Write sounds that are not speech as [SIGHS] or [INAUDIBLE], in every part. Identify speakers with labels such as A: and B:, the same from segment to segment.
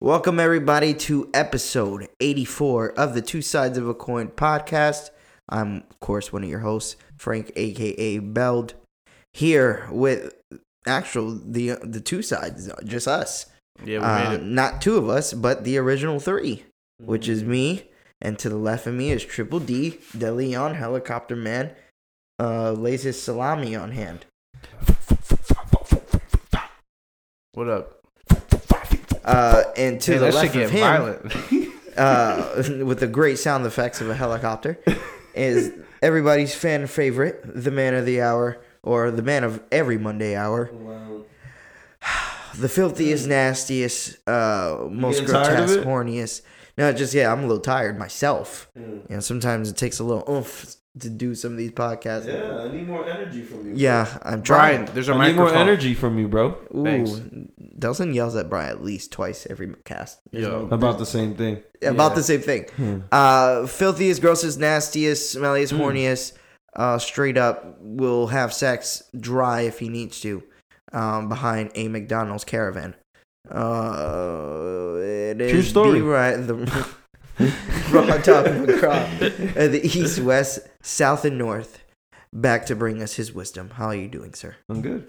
A: Welcome, everybody, to episode 84 of the Two Sides of a Coin podcast. I'm, of course, one of your hosts, Frank, aka Beld, here with actual the the two sides, just us.
B: Yeah, we
A: Uh,
B: made it.
A: not two of us, but the original three, which
B: Mm-hmm.
A: is me, and to the left of me is Triple D, De Leon, Helicopter Man, uh, lays his salami on hand.
B: What up?
A: Uh, and to
B: Hey,
A: the
B: that
A: left
B: shit
A: of
B: get
A: him, [LAUGHS]
B: violent.
A: uh, [LAUGHS] with the great sound effects of a helicopter, is everybody's fan favorite, the man of the hour, or the man of every Monday hour. The filthiest, nastiest, uh, most
C: getting tired of
A: grotesque,
C: it?
A: horniest. No, just yeah, I'm a little tired myself. You know, sometimes it takes a little oomph to do some of these podcasts. Yeah,
C: I need more energy from you.
A: I'm trying.
B: Brian, there's a
C: I need
B: microphone.
C: more energy from you, bro.
A: Ooh,
B: thanks.
A: Delson yells at Brian at least twice every cast. There's
B: Yo.
A: no-
C: About the same thing.
A: about
B: Yeah.
A: the same thing. Uh, filthiest, grossest, nastiest,
C: Hmm.
A: smelliest, horniest, uh, straight up will have sex dry if he needs to um, behind a McDonald's caravan. Uh, it is
C: True story.
A: The right,
C: [LAUGHS]
A: the [LAUGHS] raw top of the crop, Uh, the east, west, south, and north. Back to bring us his wisdom. How are you doing, sir?
C: [LAUGHS] I'm good.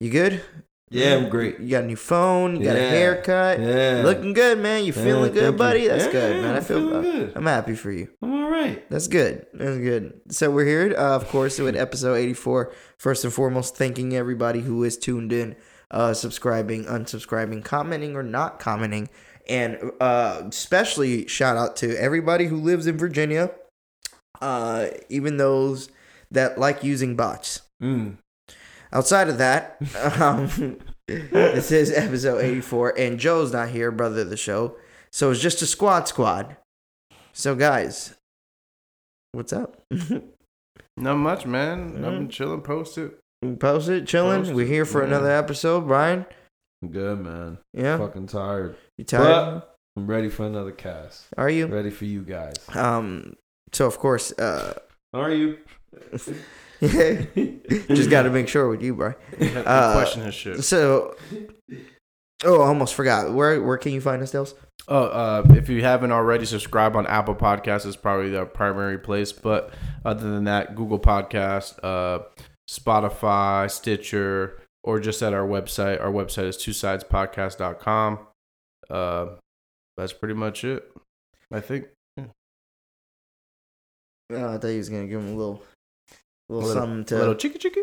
A: You good?
C: Yeah, I'm great.
A: You got a new phone. You got a
C: Yeah.
A: haircut.
C: Yeah.
A: Looking good, man. You
C: Yeah,
A: feeling
C: thank
A: good,
C: you.
A: buddy? That's
C: Yeah,
A: good,
C: yeah,
A: man. I
C: I'm
A: feel
C: feeling good.
A: I'm happy for you.
C: I'm all right.
A: That's good. That's good. So we're here, uh, of course, with episode 84. First and foremost, thanking everybody who is tuned in, uh, subscribing, unsubscribing, commenting, or not commenting. And uh, especially shout out to everybody who lives in Virginia, uh, even those that like using bots.
C: Mm.
A: Outside of that, [LAUGHS]
C: [LAUGHS]
A: um, this is episode 84, and Joe's not here, brother of the show. So it's just a squad squad. So, guys, what's up? [LAUGHS]
B: Not much, man. I've been
A: Mm. [LAUGHS]
B: chilling, posted.
A: We posted, chilling.
B: Posted,
A: We're here for
B: yeah.
A: another episode, Brian.
C: I'm good, man.
A: Yeah.
C: Fucking tired.
A: You tired?
C: But I'm ready for another cast.
A: Are you?
C: Ready for you guys.
A: Um, so, of course, uh, [LAUGHS]
C: Are you?
A: just got to
C: [LAUGHS]
A: make sure with you, Brian.
B: Had to
A: Uh,
B: question his shit.
A: So, oh, I almost forgot. Where where can you find us, Dels?
B: Oh, uh, if you haven't already, subscribe on Apple Podcasts is probably the primary place. But other than that, Google Podcast, uh, Spotify, Stitcher, or just at our website. Our website is twosidespodcast.com. Uh, that's pretty much it, I think.
A: Oh, I thought he was going to give him a little, little,
B: A
A: something
B: A little
A: to.
B: chicky chicky.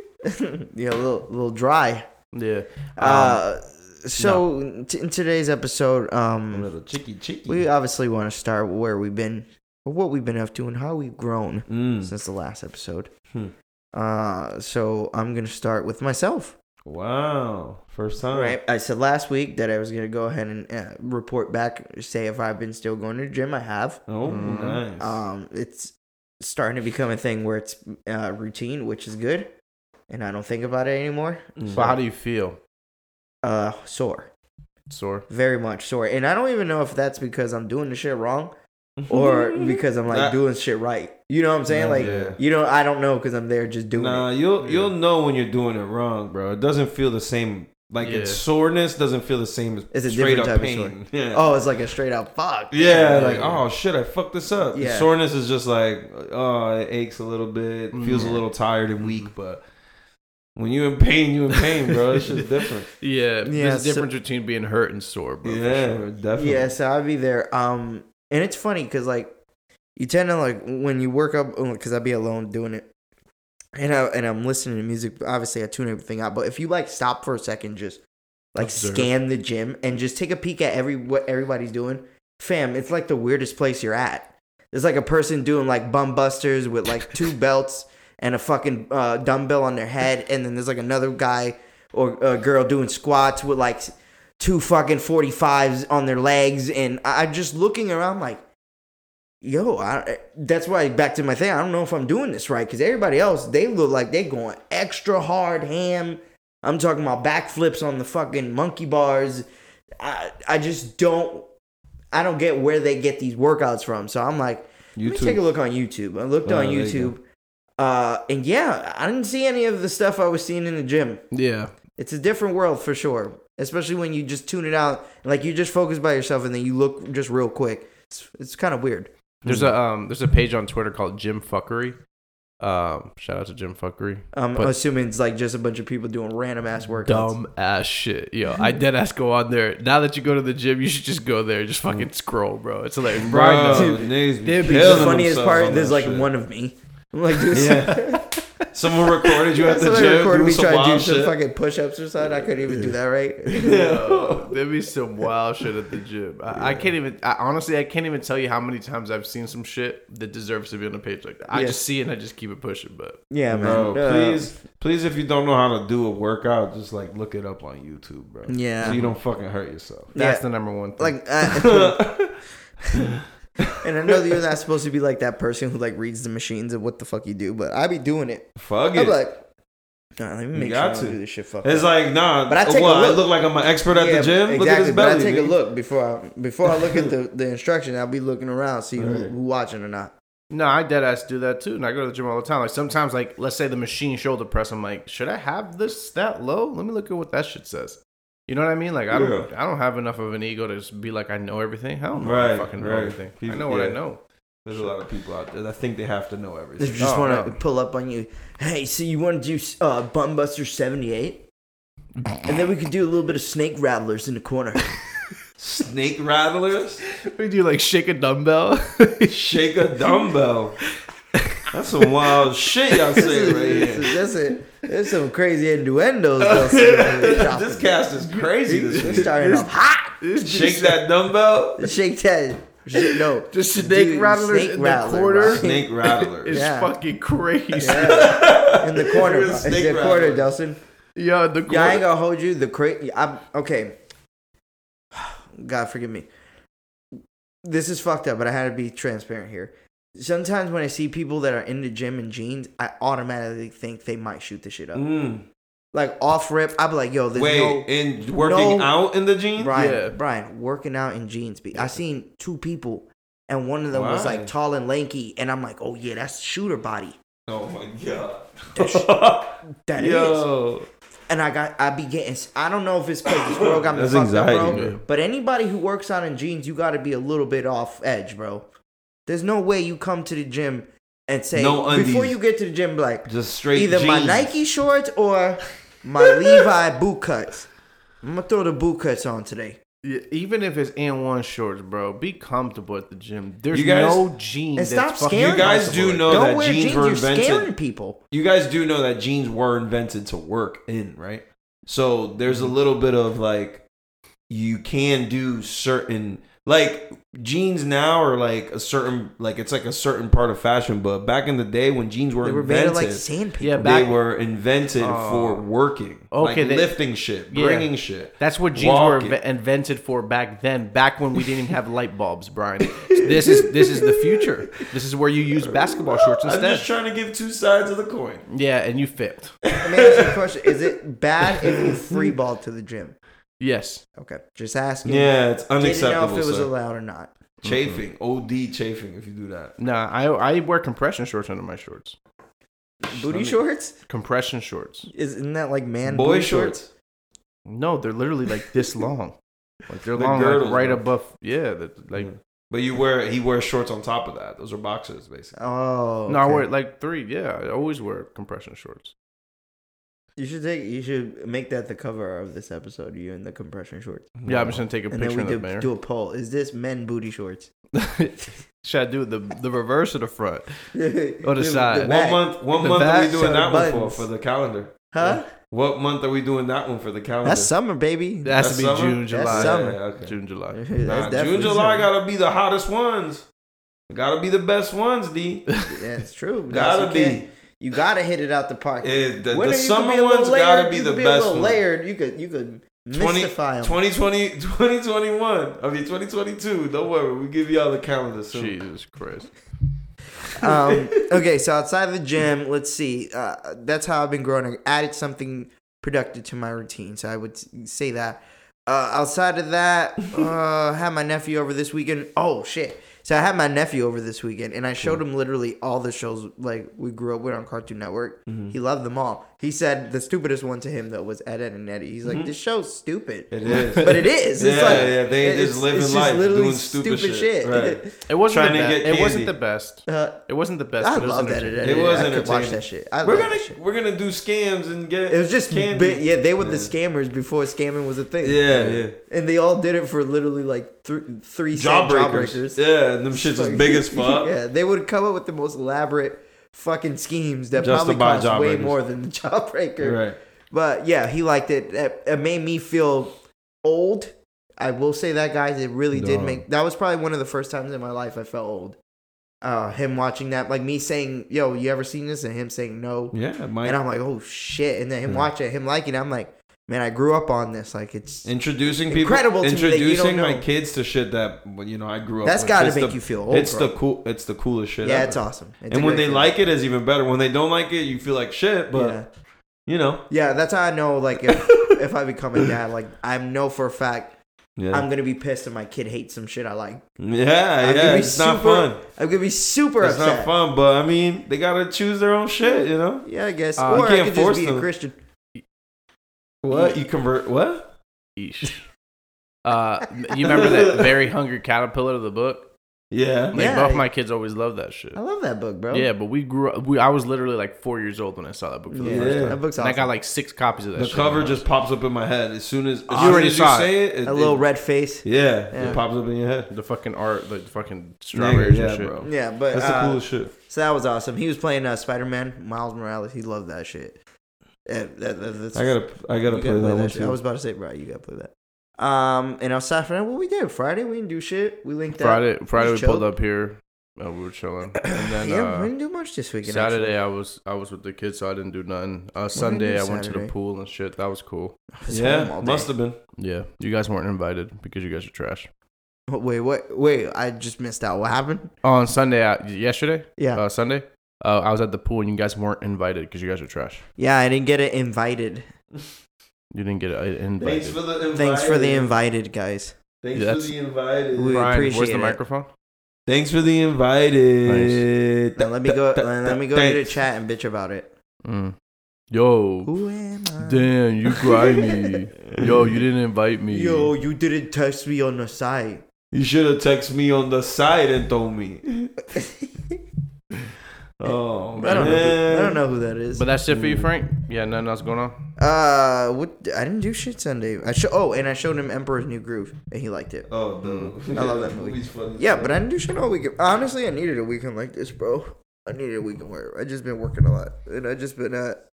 A: [LAUGHS] yeah, a little, little dry.
B: Yeah.
C: Um,
A: Uh, so, t- in today's episode,
C: A
A: um,
C: little chicky chicky.
A: we obviously want to start where we've been, what we've been up to, and how we've grown.
C: mm.
A: since the last episode.
C: Hmm.
A: Uh, so I'm gonna start with myself.
C: Wow. First time.
A: Right, I said last week that I was gonna go ahead and uh, report back, say if I've been still going to the gym. I have.
C: Oh,
B: Mm.
C: nice.
A: Um, it's starting to become a thing where it's uh, routine, which is good, and I don't think about it anymore.
C: Mm.
B: So how do you feel?
A: Uh, sore,
B: Sore.
A: very much sore, and I don't even know if that's because I'm doing the shit wrong or
C: Mm-hmm.
A: because I'm like
C: Nah.
A: doing shit right. You know what I'm saying?
C: Nah,
A: Like,
C: yeah.
A: you know, I don't know because I'm there just doing
C: Nah,
A: it.
C: you'll
B: Yeah.
C: you'll know when you're doing it wrong, bro. It doesn't feel the same. Like
B: Yeah.
C: its soreness doesn't feel the same as
A: It's a
C: straight
A: different
C: up
A: type of sore.
C: pain. yeah.
A: Oh, it's like a straight out fuck.
C: Yeah, like
B: Yeah.
C: oh shit, I fucked this up. The
A: Yeah.
C: soreness is just like oh, it aches a little bit, feels
A: Yeah. Mm-hmm.
C: a little tired and weak, but when you in pain, you in pain, bro.
A: [LAUGHS]
B: [LAUGHS]
C: It's just different.
B: Yeah.
A: Yeah,
B: There's a
A: so-
B: difference between being hurt and sore, bro. for
C: yeah,
B: sure.
C: definitely.
A: Yeah, so I'd be there. Um, and it's funny because like you tend to like when you work up because I'd be alone doing it, and I and I'm listening to music. Obviously, I tune everything out. But if you like stop for a second, just like
B: Observe.
A: scan the gym and just take a peek at every what everybody's doing, fam. It's like the weirdest place you're at. There's like a person doing like bum busters with like two belts and a fucking uh, dumbbell on their head, and then there's like another guy or a girl doing squats with like two fucking 45s on their legs and I- i'm just looking around like yo I, that's why back to my thing i don't know if i'm doing this right because everybody else they look like they going extra hard ham i'm talking about backflips on the fucking monkey bars i, I just don't i don't get where they get these workouts from so i'm like let me
C: YouTube.
A: take a look on youtube i looked
C: Oh,
A: on
C: there you
A: youtube uh, and yeah i didn't see any of the stuff i was seeing in the gym
B: Yeah.
A: it's a different world for sure especially when you just tune it out. Like you just focus by yourself, and then you look just real quick. It's it's kind of weird.
B: There's
C: Hmm.
B: a um there's a page on Twitter called Jim Fuckery. Um, shout out to Jim Fuckery.
A: I'm
B: But-
A: assuming it's like just a bunch of people doing random ass workouts.
B: Dumb ass shit, yo.
A: [LAUGHS]
B: I dead ass go on there. Now that you go to the gym, you should just go there. and Just
A: Hmm.
B: fucking scroll, bro. It's hilarious. Brian knows.
C: Bro, niggas be
B: They'd be
A: The
C: killing
A: funniest
C: themselves
A: part,
C: on
A: there's
C: that
A: like
C: shit.
A: one of me. I'm like, dude, [LAUGHS]
C: Yeah. Someone recorded you at the
A: somebody
C: gym.
A: recorded
C: doing
A: me
C: some
A: trying to do
C: wild
A: some
C: shit.
A: fucking push-ups or something. I couldn't even do that right.
B: [LAUGHS] Yo, There'd be some wild shit at the gym. I, I can't even. I, honestly, I can't even tell you how many times I've seen some shit that deserves to be on a page like that. I
A: Yeah.
B: just see it and I just keep it pushing. But
A: Yeah, man.
C: Bro,
A: Uh,
C: please, please, if you don't know how to do a workout, just like look it up on YouTube, bro.
A: Yeah.
C: So you don't fucking hurt yourself.
B: that's
A: Yeah.
B: the number one. Thing.
C: [LAUGHS]
A: like I, and I know that you're not supposed to be like that person who like reads the machines and what the fuck you do, but I be doing it.
C: Fuck
A: I'm
C: it.
A: like, nah, let me make sure I
C: got
A: don't
C: to.
A: do this shit. Fuck.
C: it's
A: up."
C: like, nah,
A: But I
C: I,
A: take a
C: I
A: look.
C: look like I'm an expert at
A: Yeah,
C: the gym.
A: exactly.
C: Look at his
A: but
C: belly.
A: I take a
C: nigga.
A: look before I before I look at
C: [LAUGHS]
A: the, the instruction. I'll be looking around, see who,
C: Right.
A: who watching or not.
B: No, I dead ass do that too, and I go to the gym all the time. Like sometimes, like let's say the machine shoulder press, I'm like, should I have this that low? Let me look at what that shit says. You know what I mean? Like I don't, I don't have enough of an ego to just be like I know everything. Hell no, I
C: Right,
B: fucking know
C: right.
B: everything. I
C: People-
B: know what I
C: yeah.
B: know. [LAUGHS]
C: There's a lot of people out there that think they have to know
A: They
C: everything.
A: just
B: Oh,
A: want to
B: no.
A: pull up on you. Hey, so you want to do uh, Bumbuster seventy eight, and then we could do a little bit of snake rattlers in the
B: [LAUGHS]
A: corner.
C: Snake rattlers,
B: We do like shake a dumbbell. [LAUGHS]
C: shake a dumbbell. That's some wild shit y'all saying right here.
A: That's it. There's some crazy innuendos.
B: [LAUGHS]
A: they'll say when they're shopping.
C: This cast is crazy. This
A: They're
C: week.
A: [LAUGHS] starting
B: [LAUGHS]
A: off hot.
C: Shake that
A: [LAUGHS]
C: dumbbell.
A: Shake that. Shit, no.
B: Just snake rattlers in the corner.
A: bro.
C: Snake rattlers.
B: It's
A: Yeah.
B: fucking crazy.
A: Yeah. In the corner.
C: You're a
A: bro. In
C: [LAUGHS] snake
A: the corner,
C: rattler.
A: Dustin.
B: [LAUGHS] Yo, the
A: Yeah, I ain't gonna hold you. The crazy. I'm okay. [SIGHS] God forgive me. This is fucked up, but I had to be transparent here. Sometimes when I see people that are in the gym in jeans, I automatically think they might shoot the shit up.
C: Mm.
A: Like off rip, I'd be like, "Yo, there's
C: Wait,
A: no
C: and working
A: no-
C: out in the jeans?
A: Brian,
B: Yeah.
A: Brian, working out in jeans. Be- I seen two people, and one of them was
C: Why?
A: like tall and lanky, and I'm like, oh yeah, that's shooter body.
C: Oh my
A: [LAUGHS]
C: god.
A: That's- That is.
C: Yo.
A: And I got, I be getting. s- I don't know if it's because this world got me
C: That's
A: fucked up,
C: anxiety,
A: bro.
C: man.
A: But anybody who works out in jeans, you got to be a little bit off edge, bro. There's no way you come to the gym and say
C: No undies.
A: before you get to the gym, be like
C: Just straight
A: either my
C: jeans.
A: Nike shorts or
C: [LAUGHS]
A: my Levi boot cuts. I'm gonna throw the boot cuts on today.
B: Yeah, even if it's and one shorts, bro, be comfortable at the gym. There's
C: You guys-
B: no jeans.
A: And stop
B: that's fucking
A: scaring
C: You guys
B: comfortable.
C: do know
A: Don't
C: that
A: wear
C: jeans,
A: jeans.
C: were
A: You're
C: invented.
A: scaring people.
C: You guys do know that jeans were invented to work in, right? So there's a little bit of like you can do certain like jeans now are like a certain like it's like a certain part of fashion, but back in the day when jeans were
A: They were made
C: invented,
A: of like sandpaper.
B: Yeah,
C: they
B: back
C: were invented
B: Oh.
C: for working,
B: Okay,
C: like
B: they-
C: lifting shit,
B: Yeah.
C: bringing shit.
B: That's what jeans were
C: Walking.
B: inve- invented for back then. Back when we didn't even have light bulbs, Brian. This is this is the future. This is where you use basketball shorts
C: I'm
B: instead.
C: just trying to give two sides of the coin.
B: yeah, and you failed.
A: Let me ask you a question: Is it bad if you free ball to the gym?
B: Yes.
A: Okay, just asking.
C: Yeah, it's
A: didn't know
C: unacceptable.
A: if it was
C: sir.
A: allowed or not. Mm-hmm.
C: chafing, OD chafing. If you do that,
B: Nah, I I wear compression shorts under my shorts.
A: Booty shorts?
B: Compression shorts.
A: Isn't that like man
C: boy
A: booty
C: shorts.
B: No, they're literally like this long. Like they're
C: The
B: long,
C: girdles,
B: like right
C: bro.
B: above. Yeah, the, like
C: But you wear he wears shorts on top of that. Those are boxers, basically.
A: Oh,
C: Mm.
B: no, I
A: okay.
B: wear like three. Yeah, I always wear compression shorts.
A: You should take. You should make that the cover of this episode. You in the compression shorts,
B: Yeah, I'm just gonna take a
A: and then
B: picture
A: we
B: of
A: do,
B: the mayor.
A: do a poll. Is this men booty shorts? [LAUGHS]
B: [LAUGHS] Should I do the the reverse or the front?
A: On the,
B: side.
C: What
A: back.
C: month? What
B: The
C: month are
B: back
C: we doing that one for
A: buttons.
C: for the calendar?
A: Huh?
C: What month are we doing that one for the calendar?
A: That's summer, baby.
B: It has
C: That's
B: to be
C: summer?
B: June, July.
A: That's summer.
C: Yeah, okay.
B: June, July.
A: That's
C: Nah, June,
A: definitely summer.
C: July gotta be the hottest ones. Gotta be the best ones, D.
A: Yeah, it's
C: [LAUGHS]
A: true.
C: Gotta
A: Yes, you
C: be.
A: can't- You gotta hit it out the pocket.
C: Eh,
A: Winter,
C: the,
A: you
C: the
A: could be
C: summer
A: a little
C: ones
A: layered,
C: gotta be
A: you
C: the
A: could a
C: best
A: little
C: ones.
A: Layered, you could you could
C: 20,
A: mystify 'em.
C: 2020, 2021. I mean, 2022. Don't worry. We give y'all the calendar soon.
B: Jesus Christ.
C: [LAUGHS]
A: um, okay, so outside of the gym, let's see. Uh, that's how I've been growing. I added something productive to my routine, so I would s- say that. Uh, outside of
C: [LAUGHS]
A: that, uh, had my nephew over this weekend. Oh shit! So I had my nephew over this
C: Mm-hmm.
A: weekend, and I showed him literally all the shows like we grew up with on Cartoon Network. He loved them all. He said the stupidest one to him though was Ed, Ed and Eddie. He's like,
C: Mhm.
A: this show's stupid,
C: It is.
A: but it is. It's
C: [LAUGHS] yeah,
A: like,
C: yeah, they
A: it's-
C: just living
A: it's
C: life,
A: literally
C: doing stupid, shit. Right.
B: It wasn't. The
C: Trying to
B: best.
C: get
B: It wasn't
C: candy.
B: the best.
A: [LAUGHS] Uh,
B: It wasn't the best.
A: I
B: but it was
A: love that. Ed,
B: entertaining.
A: Ed,
C: It
A: Ed.
C: was
A: I could watch
C: entertaining.
A: that shit. I
C: We're
A: love
C: gonna
A: that shit.
C: we're gonna do scams and get
A: It was just
C: candy.
A: bit, yeah. They were the
C: Yeah.
A: scammers before scammers was a thing.
C: Yeah, yeah.
A: and they all did it for literally like th- three cent
C: Jawbreakers.
A: jawbreakers.
C: Yeah, and them shits is
A: Like, [LAUGHS]
C: big as fuck.
A: yeah, they would come up with the most elaborate fucking schemes that
C: Just to
A: probably
C: buy
A: cost way
C: jawbreakers.
A: more than the [LAUGHS] jawbreaker.
C: Right.
A: But yeah, he liked it. It, it made me feel old. I will say that, guys. It really did
B: Dog.
A: make. That was probably one of the first times in my life I felt old. Uh, him watching that, like me saying, "Yo, you ever seen this?" and him saying, "No."
C: Yeah,
A: And
C: Mike.
A: I'm like, "Oh shit!" And then him
B: Yeah.
A: watching it, him liking it, I'm like, "Man, I grew up on this. Like, it's
C: Introducing people,
A: Incredible to me that you don't
C: introducing my
A: know.
C: kids to shit that you know I grew up.
A: that's
C: with.
A: got to
C: It's
A: make
C: the-
A: you feel old."
C: It's
A: bro.
C: the cool. It's the coolest shit.
A: yeah,
C: ever.
A: it's awesome. It's a
C: and when
A: great
C: they
A: feeling.
C: like it, is even better. When they don't like it, you feel like shit. But
A: yeah.
C: you know,
A: Yeah, that's how I know. Like,
C: [LAUGHS]
A: if if I become a dad, like I know for a fact
C: yeah,
A: I'm gonna be pissed if my kid hates some shit I like.
C: yeah,
A: I'm
C: yeah.
A: gonna be
C: It's not
A: super-
C: fun.
A: I'm gonna be super
C: It's
A: upset.
C: not fun. But I mean, they gotta choose their own shit. You know
A: Yeah, I guess.
B: Uh, you
A: or I
C: can't
A: could
C: force
A: just be a
C: them.
A: Christian.
C: what? You convert what?
B: Eesh. Uh, you remember
C: [LAUGHS]
B: that very hungry caterpillar of the book?
C: Yeah.
B: Like
A: Yeah,
B: both
A: I-
B: my kids always loved that shit.
A: I love that book, bro.
B: Yeah, but we grew up. We I was literally like four years old when I saw that book for the
A: Yeah,
B: first time.
A: that book's
B: And I
A: awesome.
B: got like six copies of that.
C: The
B: shit.
C: cover just pops up in my head as soon as, as,
B: You
C: soon
B: already
C: as
B: saw it.
C: you say it. it
A: a little
C: it-
A: red face.
C: Yeah,
A: Yeah.
C: it pops up in your head.
B: the fucking art, the fucking strawberries
C: Nigga,
B: and shit.
C: bro.
A: Yeah, but
C: That's the
A: uh,
C: coolest shit.
A: so that was awesome. He was playing uh, Spider Man, Miles Morales. He loved that shit. Yeah, that- that- that's-
C: I gotta, I gotta
A: you
C: play that one
A: shit. I
C: too.
A: was about to say, bro, you gotta play that. Um, and outside from that, what we did Friday, we didn't do shit. We linked [CLEARS THROAT] up.
B: Friday, Friday we
A: Just
B: pulled
A: chilled.
B: up here. Uh, we were chilling, and
A: [LAUGHS]
B: then
A: yeah, we
B: uh,
A: didn't do much this weekend.
B: Saturday I was I was with the kids, so I didn't do nothing. Uh, Sunday I went to the
A: Saturday?
B: pool and shit. That was cool.
C: Yeah, must have been.
B: Yeah, you guys weren't invited because you guys are trash.
A: have. Wait, what? Wait, I just missed out. What happened?
B: Oh, On Sunday, I, yesterday,
A: Yeah,
B: uh, Sunday, uh, I was at the pool and you guys weren't invited because you guys are trash.
A: yeah, I didn't get it invited.
B: You didn't get uh, an invite.
C: for the invite.
A: Thanks for the invited, guys.
C: Thanks
B: for That's- the
C: invited.
A: We
B: Brian, where's
A: appreciate
B: the
A: it.
B: microphone?
C: Thanks for the invited.
A: Now let me go.
C: Th- th-
A: Let, let me go to the
C: thanks.
A: chat and bitch about it.
B: Mm. Yo,
A: Who am I?
B: damn, you
A: [LAUGHS]
B: grimy. Yo, you didn't invite me.
A: Yo, you didn't text me on the side. [LAUGHS]
C: You should have texted me on the side and told me. Oh,
A: I don't know.
C: man.
A: Who, I don't know who that is.
B: but that's it for
A: mm.
B: you, Frank. Yeah, nothing else going on.
A: Uh, what? I didn't do shit Sunday. I sho- Oh, and I showed him Emperor's New Groove, and he liked it.
C: Oh, dude.
A: I love that movie.
C: Movie's funny.
A: Yeah, but I didn't do shit all weekend. Honestly, I needed a weekend like this, bro. I needed a weekend where I just been working a lot, and I just been at.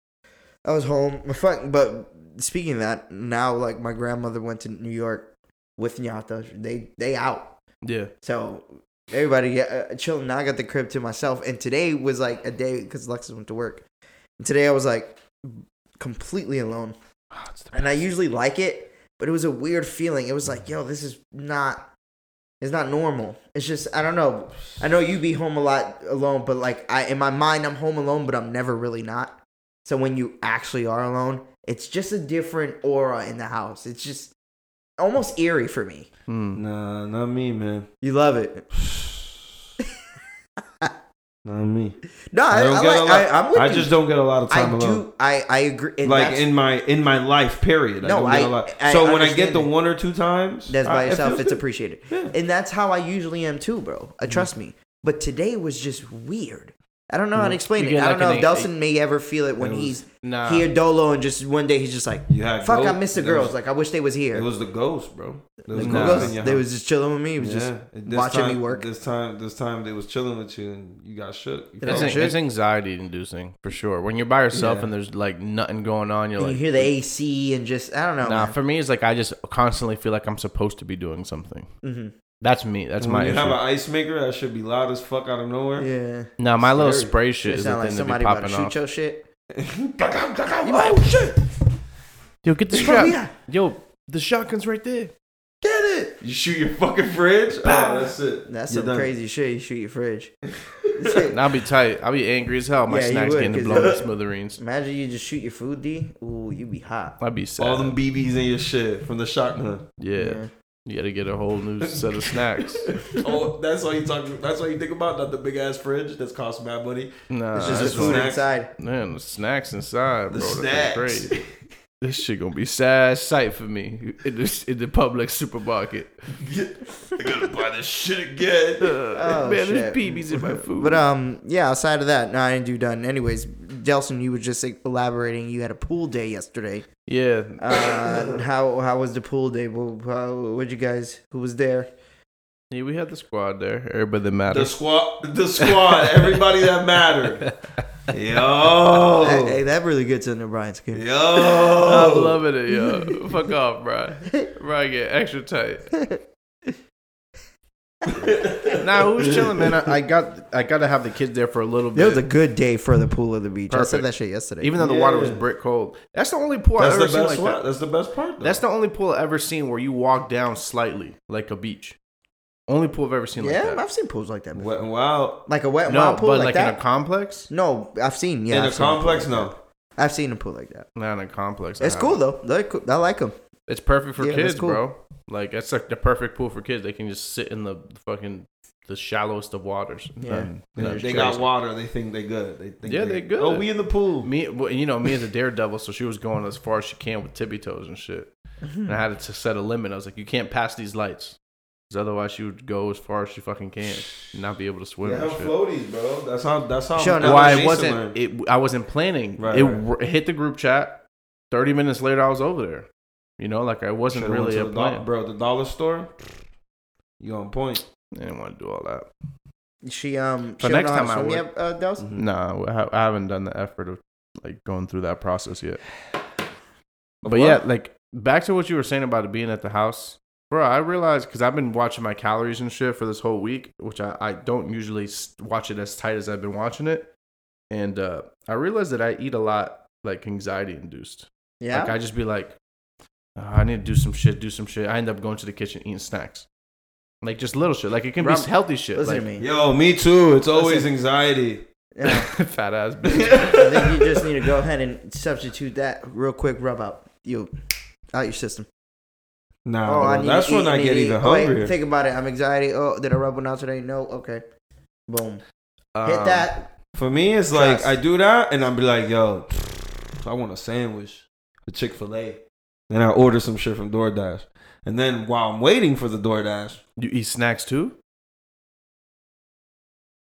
A: I was home. My fuck. But speaking of that, now like my grandmother went to New York with Nyata. They they out.
B: Yeah.
A: So everybody uh, chilling. Now I got the crib to myself. And today was like a day because Lexus went to work. And today I was like completely alone. And I usually like it, but it was a weird feeling. It was like, yo, this is not. It's not normal. It's just I don't know. I know you be home a lot alone, but like I in my mind I'm home alone, but I'm never really not. So when you actually are alone, it's just a different aura in the house. It's just almost eerie for me.
B: Mm.
C: Nah, not me, man.
A: You love it.
C: Not me.
A: No, I,
C: I
A: I,
C: don't get a
A: like,
C: lot.
A: I, I'm with
C: I
A: you.
C: just don't get a lot of
A: I
C: time alone.
A: do. I I agree. And
C: like
A: that's,
C: in my in my life period.
A: No,
C: I don't get
A: I-
C: a lot.
A: I
C: so when I get
A: understand
C: the
A: that.
C: one or two times,
A: that's by
C: I- it
A: yourself.
C: feels
A: It's
C: good.
A: appreciated,
C: [LAUGHS] Yeah. Mm-hmm.
A: and that's how I usually am too, bro. Uh, trust me. But today was just weird. I don't know
C: Mm-hmm.
A: how to explain
B: You
A: it.
B: get
A: I don't
B: like
A: know
B: an
A: if
B: eight-
A: Delson may ever feel it when
C: It was-
A: he's
B: Nah.
A: here dolo and just one day he's just like,
C: You had
A: "Fuck, I
C: ghosts.
A: miss the
C: It
A: girls.
C: was-
A: like I wish they was here."
C: it was the ghost, bro. It
A: The
C: was
B: nah.
A: girls,
C: ghost in your
A: they
C: house.
A: was just chilling with me. It was just
C: Yeah. This
A: watching
C: time-
A: me work.
C: This time, this time they was chilling with you, and you got shook. You
B: It's,
C: felt
A: shit.
B: it's anxiety inducing for sure. When you're by yourself
C: Yeah.
B: and there's like nothing going on, you're
A: and
B: like,
A: you hear the AC and just I don't know.
B: nah.
A: man.
B: For me, it's like I just constantly feel like I'm supposed to be doing something.
A: Mhm.
B: That's me. That's
C: when
B: my
C: you
B: issue.
C: have an ice maker, that should be loud as fuck out of nowhere.
A: Mm-hmm. Yeah,
C: [LAUGHS]
B: now my little spray
C: Scary.
B: shit
A: it
B: is the
A: sound like
B: thing that
A: somebody
B: be
A: about to
B: popping
A: shoot
B: off.
A: your
C: [LAUGHS]
A: shit.
C: oh shit!
A: [LAUGHS]
B: Yo, get the
A: Oh,
B: strap.
A: yeah.
B: Yo, the shotgun's right there.
C: Get it! You shoot your fucking fridge. Oh, that's it.
A: That's
C: You're
A: some
C: done.
A: crazy shit. You shoot your
B: [LAUGHS]
A: fridge.
B: And I'll be tight. I'll be angry as hell. My
A: Yeah, you
B: snacks
A: would,
B: getting
A: 'cause- [LAUGHS]
B: blown to smithereens.
A: Imagine you just shoot your food, D. Ooh, you be hot.
B: I'd be sad.
C: All them BBs in your shit from the shotgun.
B: yeah. You got to get a whole new set of
A: [LAUGHS]
B: snacks.
C: [LAUGHS] oh, that's all you talk. That's all you think about. Not the big ass fridge that's cost mad money.
B: Nah,
C: It's
A: It's just
C: Uh,
A: the
B: this
A: food
C: snacks.
A: inside.
B: one- man, the snacks inside, bro.
C: The
B: That's
C: snacks. [LAUGHS]
B: crazy. This shit gonna be sad sight for me in, this, in the public supermarket.
C: I gotta buy this shit
A: [LAUGHS]
C: again.
B: Uh, man, there's BBs in my food.
A: But
C: uh,
A: um, yeah. Outside of that, no, I didn't do done. Anyways, Delson, you were just like, elaborating. You had a pool day yesterday.
B: yeah, [LAUGHS]
A: Uh, how how was the pool day? Well, how, what'd you guys? Who was there?
B: yeah, we had the squad there. Everybody that
C: The
B: matters.
C: squad, the squad, everybody that mattered.
A: [LAUGHS]
B: Oh.
A: Hey,
C: Yo,
A: hey, that really gets under Brian's skin.
C: yo,
B: I'm loving it,
C: [LAUGHS]
B: yo. Fuck off, bro. Bro, get extra tight. nah, we was chilling, man. I, I got, I got to have the kids there for a little
A: It
B: bit.
A: was a good day for the pool of the beach. I
B: Perfect.
A: said that shit yesterday.
B: Even though the water was
C: Yeah.
B: brick cold. That's the only pool
C: That's
B: I've
C: the
B: ever seen
C: best
B: like
C: one.
B: that.
C: That's the best part. Though.
B: That's the only pool I've ever seen where you walk down slightly, like a beach. Only pool I've ever seen
A: yeah,
B: like that.
A: I've seen pools like that. Before.
C: wet and wild.
A: Like a wet
B: No,
A: wild
B: but
A: pool like,
B: like,
A: that.
B: in a complex?
A: no, I've seen. Yeah,
C: in
A: I've
C: a
A: seen pool
C: complex,
A: like
C: no.
A: that. I've seen a pool like that.
B: Not in a complex. I
A: It's cool
B: haven't.
A: though. They're cool. I like them.
B: It's perfect for
A: Yeah, that's
B: kids,
A: cool.
B: bro. Like that's like the perfect pool for kids. They can just sit in the fucking the shallowest of waters.
A: Yeah.
B: Um,
C: They-
B: no,
C: they
B: it's
C: got
B: crazy.
C: water. They think they good. They think
B: Yeah, they good.
C: Oh, we in the pool.
B: Me, well, you know, me as a daredevil, so she was going as far as she can with tippy toes and shit.
A: Mm-hmm.
B: And I had to set a limit. I was like, you can't pass these lights, 'Cause otherwise she would go as far as she fucking can, and not be able to swim.
C: Yeah,
B: and shit.
C: floaties, bro. That's how. That's how.
A: Sean,
C: that's
B: why
C: how
B: it
C: Jason
B: wasn't
C: learned.
B: it, I wasn't planning.
C: Right,
B: it,
C: right.
B: r- hit the group chat. Thirty minutes later, I was over there. You know, like I wasn't
C: Should've went
B: really
C: to
B: a
C: the doll-
B: plan.
C: bro. The dollar store. You on point?
B: I didn't want to do all that.
A: She um.
B: So
A: she
B: next
A: next time
B: time I
A: swim
B: would- Mm-hmm.
A: yet, uh, Delson?
C: Mm.
B: No, I ha- I haven't done the effort of like going through that process yet.
C: Of
B: But
C: what?
B: yeah, like back to what you were saying about it being at the house, bro. I realized because I've been watching my calories and shit for this whole week, which I, I don't usually s- watch it as tight as I've been watching it, and uh, I realized that I eat a lot like anxiety induced.
A: Yeah.
B: Like I just be like, "Ah, I need to do some shit, do some shit. I end up going to the kitchen eating snacks, like just little shit. Like it can
A: Rob,
B: be healthy shit.
A: Listen
B: like, [LAUGHS]
A: to me.
C: Yo, me too. It's always anxiety.
A: Yeah.
B: fat ass. Bitch.
A: I think you just need to go ahead and substitute that real quick. Rub out you out your system.
B: Oh,
C: Nah, bro, that's
A: to
C: when
A: eat,
C: I
A: Oh, need
C: get
A: to
C: even
A: eat. Oh, wait,
C: hungrier.
A: think about it. I'm anxiety. Oh, did I rub one out today? No. Okay. Boom. Hit
B: Um,
A: that.
C: For me, it's
A: Trust.
C: like I do that, and I'm be like, yo, I want a sandwich, a Chick Fil A, and I order some shit from DoorDash, and then while I'm waiting for the
B: [LAUGHS]
C: DoorDash,
B: You eat snacks too.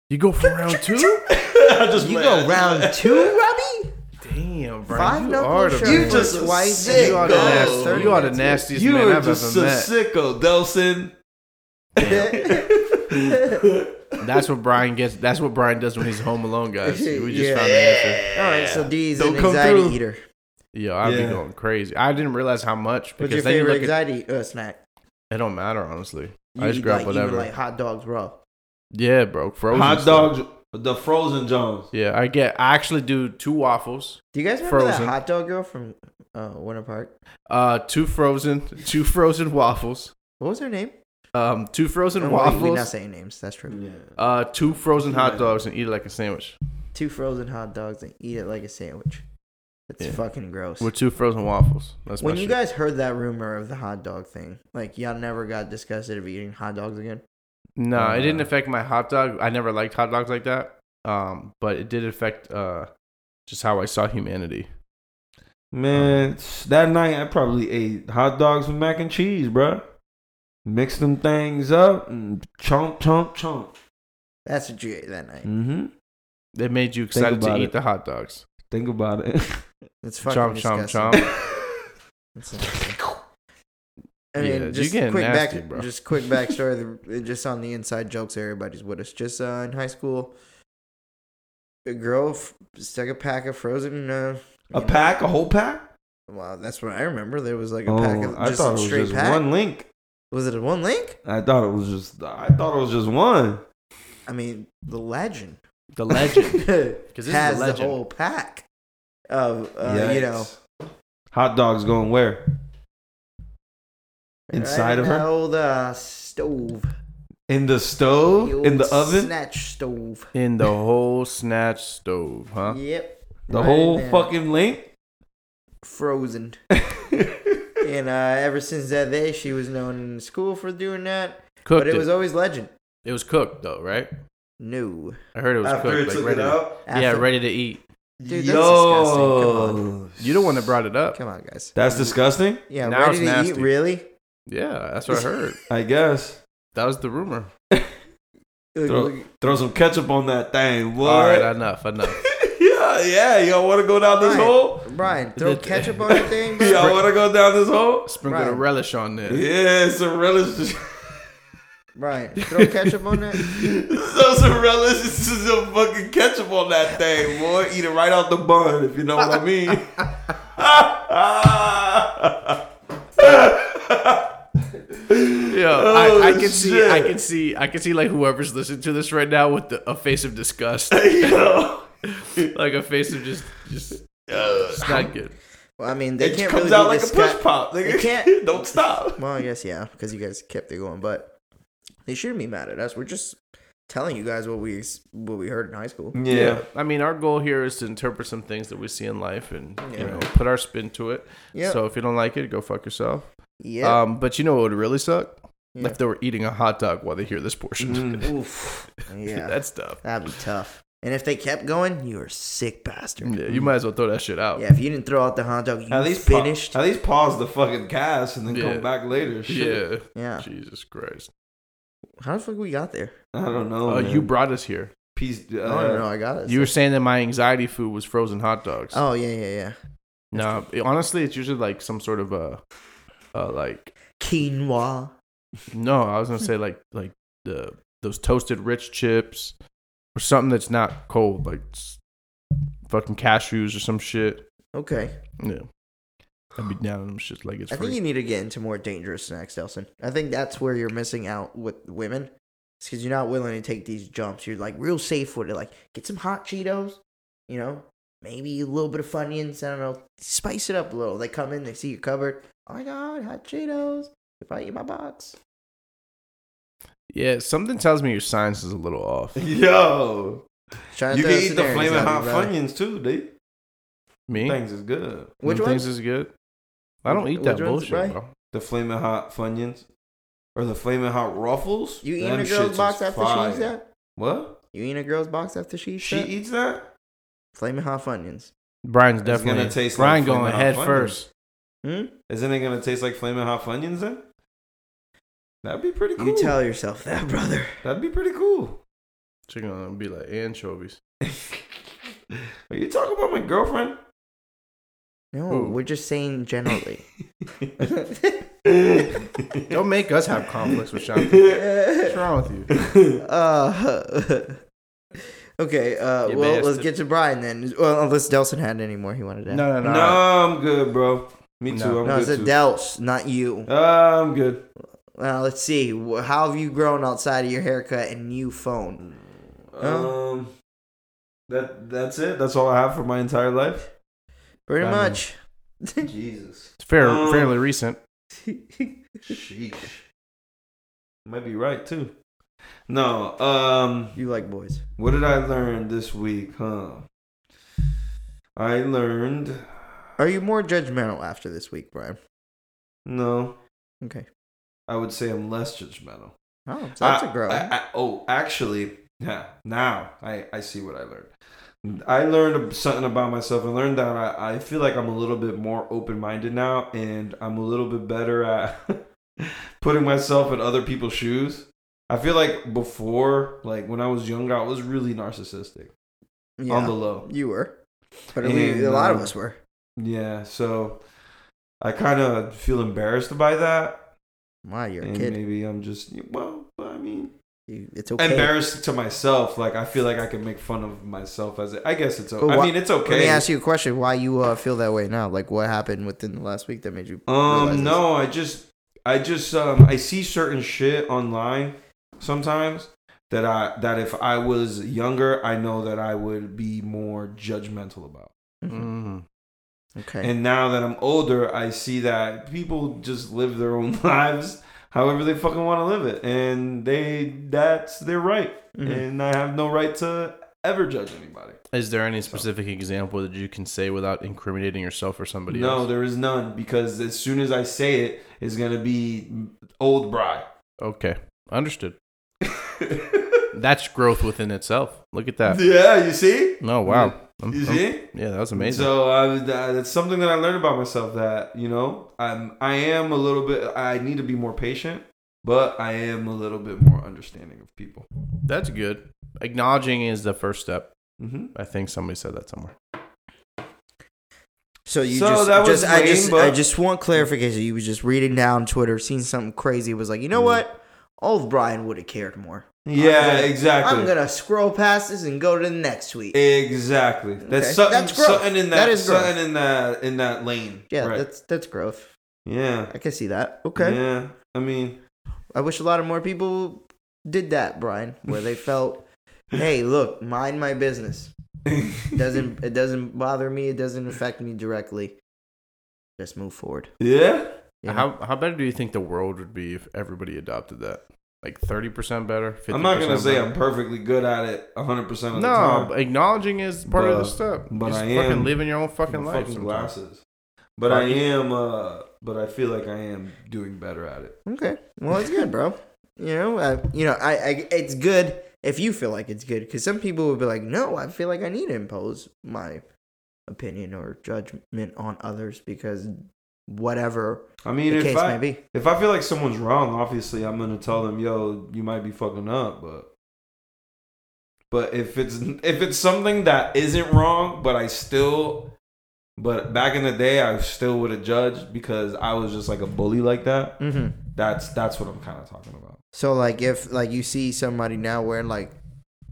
B: You go for round two.
C: I just
A: You
C: play-
A: go
C: I just
A: round
B: [LAUGHS]
C: play-
A: two, Robbie.
B: Damn, bro.
A: Five
B: you
A: knuckle
B: are the
A: shirts.
C: You
B: worst.
C: just
A: Twice.
C: a sick
B: you are the
A: go.
B: nasty-
A: Thirty
B: you are the
A: minutes.
B: nastiest
C: You
B: man
C: are
B: I've
C: just
B: ever
C: a
B: met.
C: sicko, Delson.
B: That's what Brian gets. That's what Brian does when he's home alone, guys. We just
A: Yeah.
B: found the
A: [LAUGHS]
B: answer.
A: All right. So D's
C: Don't
A: an
C: come
A: anxiety
C: through.
A: eater.
B: Yo, I'd
C: Yeah.
B: be going crazy. I didn't realize how much
A: What's
B: because
A: your
B: then you
A: favorite
B: look at
A: anxiety uh, snack?
B: It don't matter, honestly.
A: You
B: I just
A: eat,
B: grab
A: like,
B: whatever.
A: Even like hot dogs raw.
B: yeah, bro. Frozen
C: Hot
B: stuff.
C: dogs, the frozen Jones.
B: Yeah, I get. I actually do two waffles,
A: Do you guys remember
B: Frozen.
A: that hot dog girl from uh, Winter Park?
B: uh, two frozen, [LAUGHS] two frozen waffles,
A: What was her name?
B: um, two frozen
A: No, wait, We're not
B: waffles,
A: saying names. That's true.
C: Yeah.
B: uh, two frozen hot dogs, and eat it like a sandwich
A: Two frozen hot dogs and eat it like a sandwich. That's
B: Yeah.
A: fucking gross.
B: with two frozen waffles. That's
A: when
B: my
A: you
B: shit.
A: guys heard that rumor of the hot dog thing, like y'all never got disgusted of eating hot dogs again.
B: No, it didn't
C: Uh,
B: affect my hot dog. I never liked hot dogs like that. Um, but it did affect uh, just how I saw humanity.
C: Man, that night I probably ate hot dogs with mac and cheese, bruh. Mix them things up and chomp, chomp, chomp.
A: That's what you ate that
B: Mm.
A: night.
C: Mm-hmm.
B: It made you excited to
C: about
B: eat
C: it.
B: the hot dogs.
C: Think about it.
A: It's fucking
B: Chomp, chomp,
A: disgusting.
B: chomp. [LAUGHS]
A: It's
C: [LAUGHS]
A: disgusting. I
B: Yeah,
A: mean,
B: you
A: just
B: getting
A: quick
B: nasty,
A: back,
B: bro.
A: just quick backstory,
B: [LAUGHS]
A: the- just on the inside jokes. Everybody's with us. Just uh, in high school, a girl f- stuck a pack of frozen. Uh,
C: a
A: you know,
C: pack, a whole pack?
A: Well, that's what I remember. There was like a
C: Oh,
A: pack of
C: I
A: just
C: thought
A: a
C: it was
A: straight
C: just
A: pack.
C: one link.
A: Was it a one link?
C: I thought it was just. I thought it was just one.
A: I mean, the legend
B: The
A: [LAUGHS]
C: [LAUGHS]
B: legend.
A: has
B: is a legend.
A: the whole pack of uh, you know
C: Yikes. Hot dogs going where? Inside
A: right
C: of
A: in that
C: her?
A: old uh, stove,
C: In the stove?
A: old
C: Oh, in the oven?
A: snatch stove.
B: In the whole snatch stove, huh?
A: Yep,
C: the
A: Right in
C: whole
A: there.
C: fucking link?
A: frozen. and uh, ever since that day, she was known in school for doing that.
B: Cooked
A: but it was always legend.
B: cooked though, right?
A: No,
B: I heard [LAUGHS] it was
C: After it
B: cooked.
C: took
B: Like,
C: it
B: ready to,
C: out,
B: yeah, ready to eat.
A: Dude, that's
C: yo,
A: disgusting.
B: You're the one that brought it up.
A: Come on, guys.
C: that's disgusting.
A: Yeah,
B: Now
A: ready
B: it's
A: to
B: nasty.
A: eat? Really?
B: Yeah, that's what I
C: [LAUGHS]
B: heard.
C: I guess
B: That was the rumor.
A: Look,
C: Throw-
A: look-
C: throw some ketchup on that thing. What?
B: All right, enough, enough.
C: [LAUGHS] yeah, yeah. Y'all want to go down this
A: Right.
C: hole?
A: Brian, throw
B: [LAUGHS]
A: ketchup on the thing. Bro.
C: Y'all want to go down this hole?
B: Sprinkle the
A: Right.
B: relish on there.
C: Yeah, Sorella's.
A: Brian, throw ketchup on
C: [LAUGHS]
A: that.
C: so [LAUGHS] Sorella's this is some fucking ketchup on that thing, boy. Eat it right out the bun, if you know what I mean. [LAUGHS]
B: Yeah, I, I
C: Oh,
B: can see, I
C: shit.
B: can see, I can see like whoever's listening to this right now with the, a face of
C: [LAUGHS]
B: disgust,
C: Yo.
B: like a face of just, just
C: Uh,
B: it's not good.
A: Well, I mean, they
C: it
A: can't
C: comes
A: really
C: out
A: be
C: like a
A: disgu-
C: push pop. Nigga.
A: It can't-
C: [LAUGHS] Don't stop.
A: Well, I guess yeah, because you guys kept it going, but they shouldn't be mad at us. We're just telling you guys what we what we heard in high school.
C: Yeah.
B: I mean, our goal here is to interpret some things that we see in life and you
A: Yeah.
B: know put our spin to it.
A: Yeah.
B: So if you don't like it, go fuck yourself.
A: Yeah.
B: Um, but you know what would really suck
A: Yeah.
B: if they were eating a hot dog while they hear this portion.
C: Mm.
A: Mm.
C: [LAUGHS]
A: Oof. Yeah.
B: [LAUGHS] That's tough.
A: That'd be tough. And if they kept going, you are a sick bastard.
B: Yeah, you might as well throw that shit out.
A: Yeah, if you didn't throw out the hot dog, you
C: At least pa-
A: finished.
C: at least pause the fucking cast and then
B: Yeah.
C: come back later. Shit.
B: Yeah.
A: yeah.
B: Jesus Christ.
A: How the fuck we got there?
C: I don't know.
B: Oh, you
C: man.
B: brought us here.
C: Peace. Uh,
A: I don't know. I got it.
B: You were saying that my anxiety food was frozen hot dogs.
A: oh yeah, yeah, yeah.
B: No, it- honestly, it's usually like some sort of a, uh, like
A: Quinoa.
B: no, I was gonna say like like the those toasted rich chips or something that's not cold, like s- fucking cashews or some shit.
A: Okay.
B: Yeah, I'd be down on them shit like it's
A: I think
B: free.
A: you need to get into more dangerous snacks, Delson. I think that's where you're missing out with women. It's because you're not willing to take these jumps. You're like real safe with it. Like, get some hot Cheetos, you know, maybe a little bit of Funyuns. I don't know. Spice it up a little. They come in, they see your cupboard. Oh my God, hot Cheetos. If I eat my box.
B: yeah, something tells me your science is a
A: [LAUGHS]
B: little off.
C: uh, [LAUGHS] Yo.
A: Trying
C: You
A: throw
C: can eat the
A: scenarios
C: flaming
A: at me,
C: hot
A: brother.
C: Funyuns too, dude.
B: Me,
C: Things is good.
A: Which
B: Them things
A: ones?
B: is good. I don't
A: Which-
B: eat that
A: which ones,
B: bullshit,
A: Bray?
B: bro.
C: The flaming hot Funyuns or the flaming hot Ruffles.
A: You eating
C: Them
A: a
C: shits
A: girl's
C: is
A: box after
C: fire.
A: she eats that?
C: What?
A: You eating a girl's box after she eats
C: She
A: that?
C: eats that?
A: Flaming hot Funyuns.
B: Brian's
C: It's gonna
B: definitely
C: taste like
B: Brian
C: flaming
B: going
C: hot
B: head
C: Funyuns.
B: [LAUGHS] first.
A: Hmm?
C: Isn't it gonna taste like flaming hot Funyuns then? That'd be pretty cool.
A: You tell yourself that, brother.
C: That'd be pretty cool. [LAUGHS]
B: She's gonna be like anchovies.
C: Are you talking about my girlfriend?
A: [LAUGHS]
C: [LAUGHS]
A: No,
B: Who?
A: we're just saying generally.
B: Don't make us have conflicts with
C: [LAUGHS]
B: Sean. What's wrong with you?
A: Uh, [LAUGHS] okay, uh,
B: You
A: well, let's
B: bastard.
A: get to Brian then. Well, unless Delson had any more he wanted to add.
B: No, no, no.
C: no, I'm good, bro. Me too.
B: No.
C: I'm
A: no
C: good
A: it's a
C: too. Ah,
A: Dels, not you.
C: Oh. I'm good.
A: Well, let's see. Wh- How have you grown outside of your haircut and new phone? Huh?
C: Um, that that's it. That's all I have for my entire life.
A: Pretty
B: I mean-
A: much. [LAUGHS]
C: Jesus,
B: It's fair,
C: Um,
B: fairly recent.
C: sheesh. Might be right too. No. Um,
A: you like boys.
C: what did I learn this week? Huh? I learned
A: Are you more judgmental after this week, Brian?
C: no.
A: Okay.
C: I would say I'm less judgmental.
A: Oh, so that's
C: I-
A: a grow.
C: I- I- oh, actually, yeah. Now I, I see what I learned. I learned something about myself. I learned that I, I feel like I'm a little bit more open minded now, and I'm a little bit better at [LAUGHS] putting myself in other people's shoes. I feel like before, like when I was younger, I was really narcissistic
A: yeah,
C: on the low.
A: you were. But we,
C: And,
A: a lot of
B: uh,
C: um,
A: us were.
C: Yeah, so I kind of feel embarrassed by that,
A: Wow, you're a
C: and
A: kid.
C: maybe I'm just well. I mean,
A: You- It's okay.
C: embarrassed to myself. Like I feel like I can make fun of myself as it. I guess it's.
A: But
C: Okay. I
A: why-
C: mean, it's
A: Let me
C: okay.
A: ask you a question. Why you uh, feel that way now? Like, what happened within the last week that made you? realize
C: um,
A: this?
C: no, I just, I just, um, I see certain shit online sometimes that I that if I was younger, I know that I would be more judgmental about.
A: Mhm.
B: Mm.
A: Okay.
C: Mm-hmm. And now that I'm older, I see that people just live their own [LAUGHS] lives. However, they fucking want to live it, and they—that's their right,
A: Mhm.
C: and I have no right to ever judge anybody.
B: Is there any specific example that you can say without incriminating yourself or somebody
C: no,
B: else?
C: there is none because as soon as I say it, it's gonna be old Bry.
B: Okay, understood. That's growth within itself. Look at that.
C: [LAUGHS] yeah, you see,
B: No, wow. I'm-
C: you
B: I'm-
C: see.
B: yeah, that was amazing.
C: So I, was- uh, that's something that I learned about myself. That you know, I'm I am a little bit. I need to be more patient, but I am a little bit more understanding of people.
B: That's good. Acknowledging is the first step.
C: Mm-hmm.
B: I think somebody said that somewhere.
A: So you
C: So
A: just,
C: that was
A: just I
C: lame,
A: just
C: but-
A: I just want clarification. You was just reading down Twitter, seeing something crazy, was like, you know what? Old Brian would have cared more.
C: Mm-hmm. Yeah,
A: gonna-
C: exactly.
A: I'm gonna scroll past this and go to the next tweet.
C: Exactly. That's
A: Okay.
C: something.
A: That's growth.
C: Something in that.
A: That is growth.
C: something in that in that lane.
A: yeah,
C: Right.
A: that's that's growth.
C: yeah.
A: I can see that. Okay.
C: Yeah. I mean, [LAUGHS]
A: I wish a lot of more people did that, Brian, where they felt, hey, look, mind my business. It doesn't it doesn't bother me. It doesn't affect me directly. Just move forward.
C: yeah.
A: you know?
B: How how better do you think the world would be if everybody adopted that? Like thirty percent better. 50
C: I'm not gonna say I'm perfectly good at it 100 percent of the
B: No,
C: time.
B: but acknowledging is part of the
C: But-
B: step.
C: but
B: Just
C: I
B: fucking
C: am
B: living your own fucking
C: My
B: life.
C: fucking
B: sometimes.
C: glasses. But I
B: Fucking-
C: am. uh But I feel like I am doing better at it.
A: Okay. Well, it's good, bro. You know, I, you know, I, I, it's good if you feel like it's good, because some people would be like, no, I feel like I need to impose my opinion or judgment on others because whatever
C: I mean,
A: the
C: if
A: case
C: I
A: may be.
C: if I feel like someone's wrong, obviously I'm gonna tell them, "Yo, you might be fucking up," but. But if it's if it's something that isn't wrong, but I still, but back in the day, I still would have judged because I was just like a bully like that.
A: Mm-hmm.
C: That's that's what I'm kind of talking about.
A: So, like, if like you see somebody now wearing like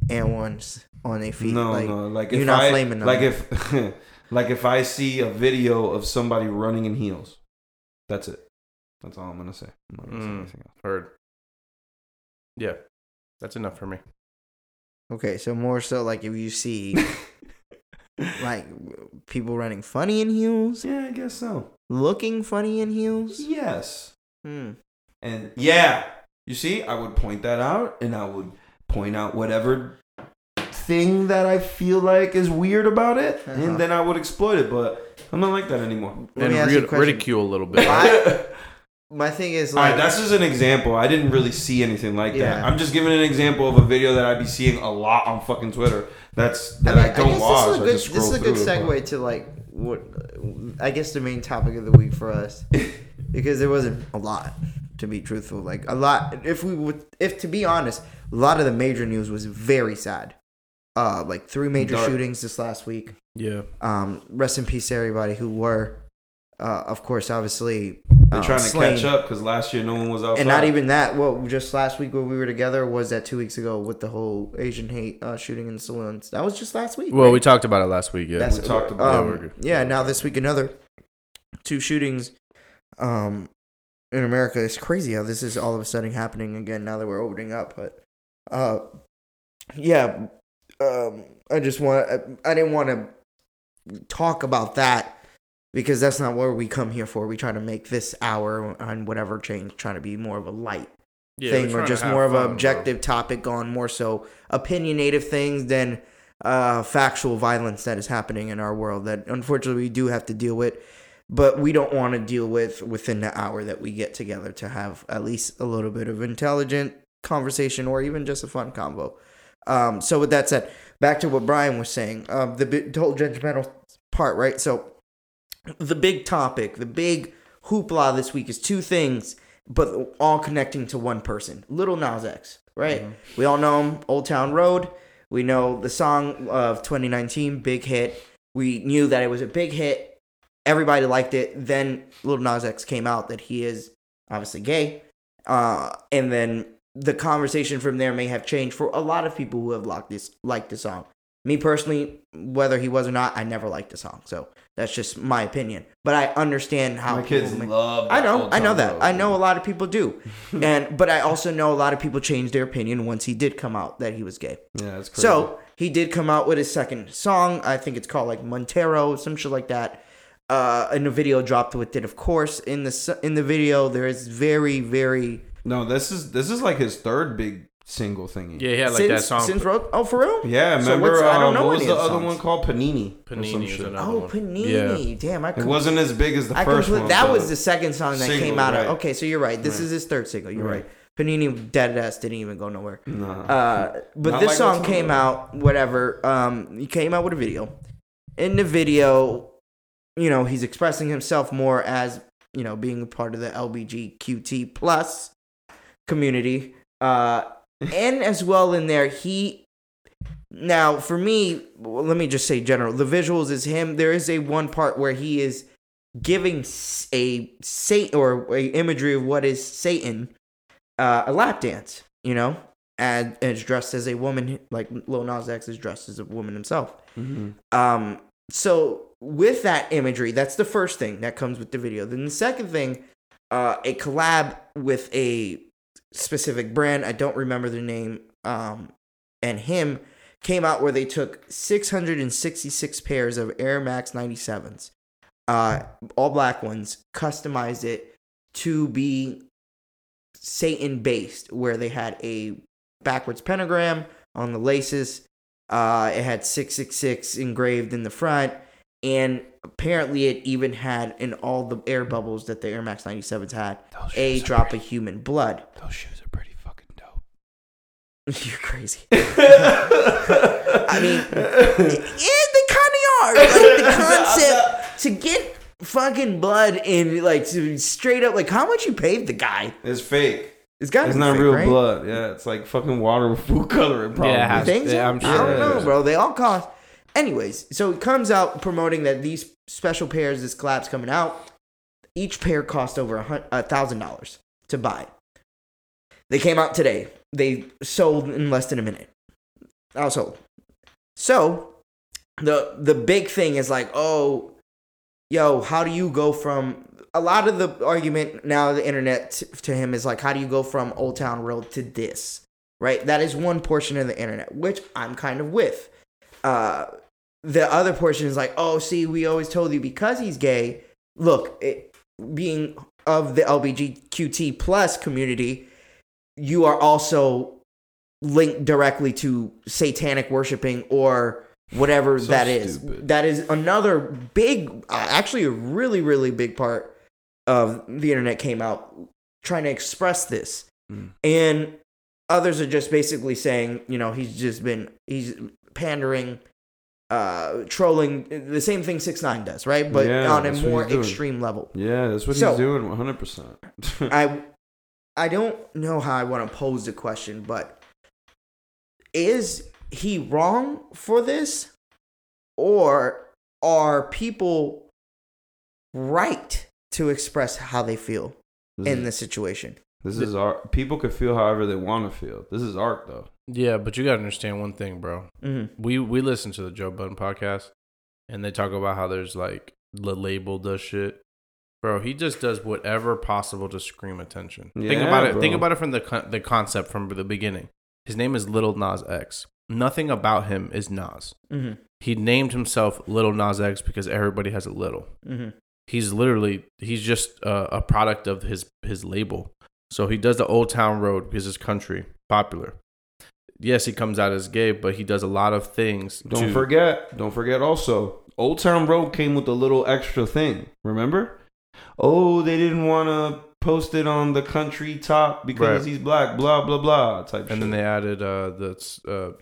A: and ones on their feet,
C: no,
A: like,
C: no, like
A: you're
C: if
A: not
C: I,
A: flaming them.
C: like if [LAUGHS] like if I see a video of somebody running in heels, that's it. That's all I'm gonna say. I'm not gonna say
B: Mm.
C: anything else.
B: Heard. Yeah, that's enough for me.
A: okay, so more so like if you
C: [LAUGHS]
A: see like people running funny in heels,
C: Yeah, I guess so.
A: looking funny in heels.
C: Yes.
A: Hmm.
C: And yeah, you see, I would point that out and I would point out whatever thing that I feel like is weird about it
A: Uh-huh.
C: and then I would exploit it, but I'm not like that anymore.
A: Let
B: and
A: me ask you a
B: rid-
A: question.
B: ridicule a little bit.
A: Why-
B: right?
C: [LAUGHS]
A: My thing is
C: All
A: like
C: right, that's just an example. I didn't really see anything like that.
A: Yeah.
C: I'm just giving an example of a video that I'd be seeing a lot on fucking Twitter. That's that I,
A: mean,
C: don't
A: guess
C: watch. I
A: This
C: just
A: is a good, this is a
C: scroll
A: good
C: through it,
A: segue to like what I guess the main topic of the week for
C: [LAUGHS]
A: us because there wasn't a lot to be truthful. Like a lot, if we would, if to be honest, a lot of the major news was very sad. Uh, like three major
C: Dark.
A: shootings this last week.
B: yeah,
A: Um, rest in peace to everybody who were, uh, of course, obviously
C: but
A: um,
C: They're trying to
A: slain.
C: catch up because last year no one was outside.
A: And not even that. Well, just last week when we were together was that two weeks ago with the whole Asian hate uh, shooting in the saloons. That was just last week.
B: Well,
A: right?
B: we talked about it last week. Yeah,
A: That's
C: we talked about
B: it.
A: um,
B: Yeah, we're good.
A: yeah, now this week another two shootings um in America. It's crazy how this is all of a sudden happening again now that we're opening up, but uh yeah, um I just want I, I didn't want to talk about that because that's not what we come here for. We try to make this hour on whatever change trying to be more of a light
B: Yeah, we're
A: thing or
B: trying to
A: just
B: have
A: more of
B: fun,
A: an
B: bro.
A: objective topic on more so opinionative things than uh, factual violence that is happening in our world that unfortunately we do have to deal with but we don't want to deal with within the hour that we get together to have at least a little bit of intelligent conversation or even just a fun combo um, so with that said back to what brian was saying um, the big- the whole judgmental part right so the big topic the big hoopla this week is two things but all connecting to one person, Little Nas X, right? We all know him, Old Town Road. We know the song of 2019, big hit. We knew that it was a big hit. Everybody liked it. Then Little Nas X came out that he is obviously gay, uh, and then the conversation from there may have changed for a lot of people who have liked this liked the song. Me personally, whether he was or not, I never liked the song, so that's just my opinion. But I understand how
C: my kids
A: people may-
C: love.
A: I
C: that
A: know,
C: Old
A: I know
C: Town
A: that.
C: Road.
A: I know a lot of people
C: [LAUGHS]
A: do, and but I also know a lot of people changed their opinion once he did come out that he was gay.
C: Yeah, it's crazy.
A: So he did come out with his second song. I think it's called like Montero, some shit like that. Uh, and a video dropped with it, of course. In the s- in the video, there is very, very
C: no, this is this is like his third big single thingy.
B: Yeah, he had like
A: since,
B: that song.
A: Since Road, oh for real?
C: Yeah,
A: So
C: remember?
A: what's- I don't
C: um,
A: know
C: what
A: any
C: was
A: of
C: the
A: the
C: other
A: songs.
C: one called? Panini. or
B: Panini
C: some
B: is
C: shit.
B: another
A: Oh
B: one.
A: Panini, damn, I
C: It
A: could
C: wasn't as big as the
A: I
C: first
A: complete,
C: one.
A: that
C: but-
A: was the second song that
C: Single,
A: came out.
C: right.
A: Of, okay, so you're right. This
C: Right.
A: is his third single. You're
C: Right.
A: right. Panini Dead Ass didn't even go nowhere.
C: Nah.
A: Uh, but
C: Not
A: this
C: like
A: song
C: what's
A: came
C: on-
A: out, whatever. Um, he came out with a video. In the video, you know, he's expressing himself more as you know being a part of the LBGQT plus community.
C: [LAUGHS]
A: Uh, and as well in there, he now for me, well, let me just say general. The visuals is him. There is a one part where he is giving s- a Satan or a imagery of what is Satan uh, a lap dance. You know, and and is dressed as a woman, like Lil Nas X is dressed as a woman himself.
C: Mhm.
A: Um, so with that imagery, that's the first thing that comes with the video. Then the second thing, uh, a collab with a specific brand. I don't remember the name. Um, and him came out where they took 666 pairs of Air Max 97s, uh, all black ones, customized it to be Satan based, where they had a backwards pentagram on the laces, uh, it had 666 engraved in the front, and apparently it even had in all the air bubbles that the Air Max 97s had
C: Those
A: a
C: shoes are
A: drop
C: pretty-
A: of human blood. [LAUGHS]
C: Those shoes are pretty fucking dope.
A: You're
C: [LAUGHS]
A: crazy.
C: I
A: mean, yeah, they kind of are. Like
C: [LAUGHS]
A: the concept to get fucking blood in, like to straight up, like how much you paid the guy?
C: it's fake.
A: It's got to
C: It's
A: be
C: not
A: fake,
C: real
A: right?
C: blood. Yeah, it's like fucking water with food coloring. Probably.
B: it has-
A: Things
B: Yeah,
A: I'm
B: I'm
A: sure. I
B: sure
A: don't
C: it
A: know,
C: is.
A: bro. They all cost. Anyways, so it comes out promoting that these special pairs, this collab's coming out. Each pair cost over a hun- a thousand dollars to buy. They came out today. They sold in less than a minute. I was sold. So the the big thing is like, oh, yo, how do you go from a lot of the argument now the internet t- to him is like, how do you go from Old Town Road to this? right? That is one portion of the internet, which I'm kind of with. Uh, the other portion is like, oh, see, we always told you because he's gay. Look, it, being of the LBGQT plus community, you are also linked directly to satanic worshiping or whatever
C: So
A: that is.
C: stupid.
A: That is another big, uh, actually, a really, really big part of the internet came out trying to express this.
C: Mm.
A: And others are just basically saying, you know, he's just been he's pandering, uh, trolling the same thing six nine does, right? But
C: Yeah,
A: on a
C: that's what
A: more
C: he's doing.
A: extreme level.
C: Yeah, that's what
A: So-
C: he's doing. One hundred percent. [LAUGHS]
A: I I don't know how I want to pose the question, but is he wrong for this, or are people right to express how they feel in this situation?
C: This is art. People can feel however they want to feel. This is art, though.
B: Yeah, but you gotta understand one thing, bro.
A: Mm-hmm.
B: We we listen to the Joe Budden podcast, and they talk about how there's like the label does shit. Bro, he just does whatever possible to scream attention. think
C: Yeah,
B: about it.
C: bro.
B: Think about it from the con- the concept from the beginning. His name is Little Nas X. Nothing about him is Nas.
A: Mm-hmm.
B: He named himself Little Nas X because everybody has a little.
A: Mm-hmm.
B: he's literally he's just uh, a product of his his label. So he does the Old Town Road because it's country popular. Yes, he comes out as gay, but he does a lot of things.
C: Don't
B: to-
C: forget. Don't forget. Also, Old Town Road came with a little extra thing. Remember? Oh, they didn't want to post it on the country top because
B: Right.
C: he's black. Blah blah blah. Type.
B: And
C: shit.
B: then they added uh, the uh,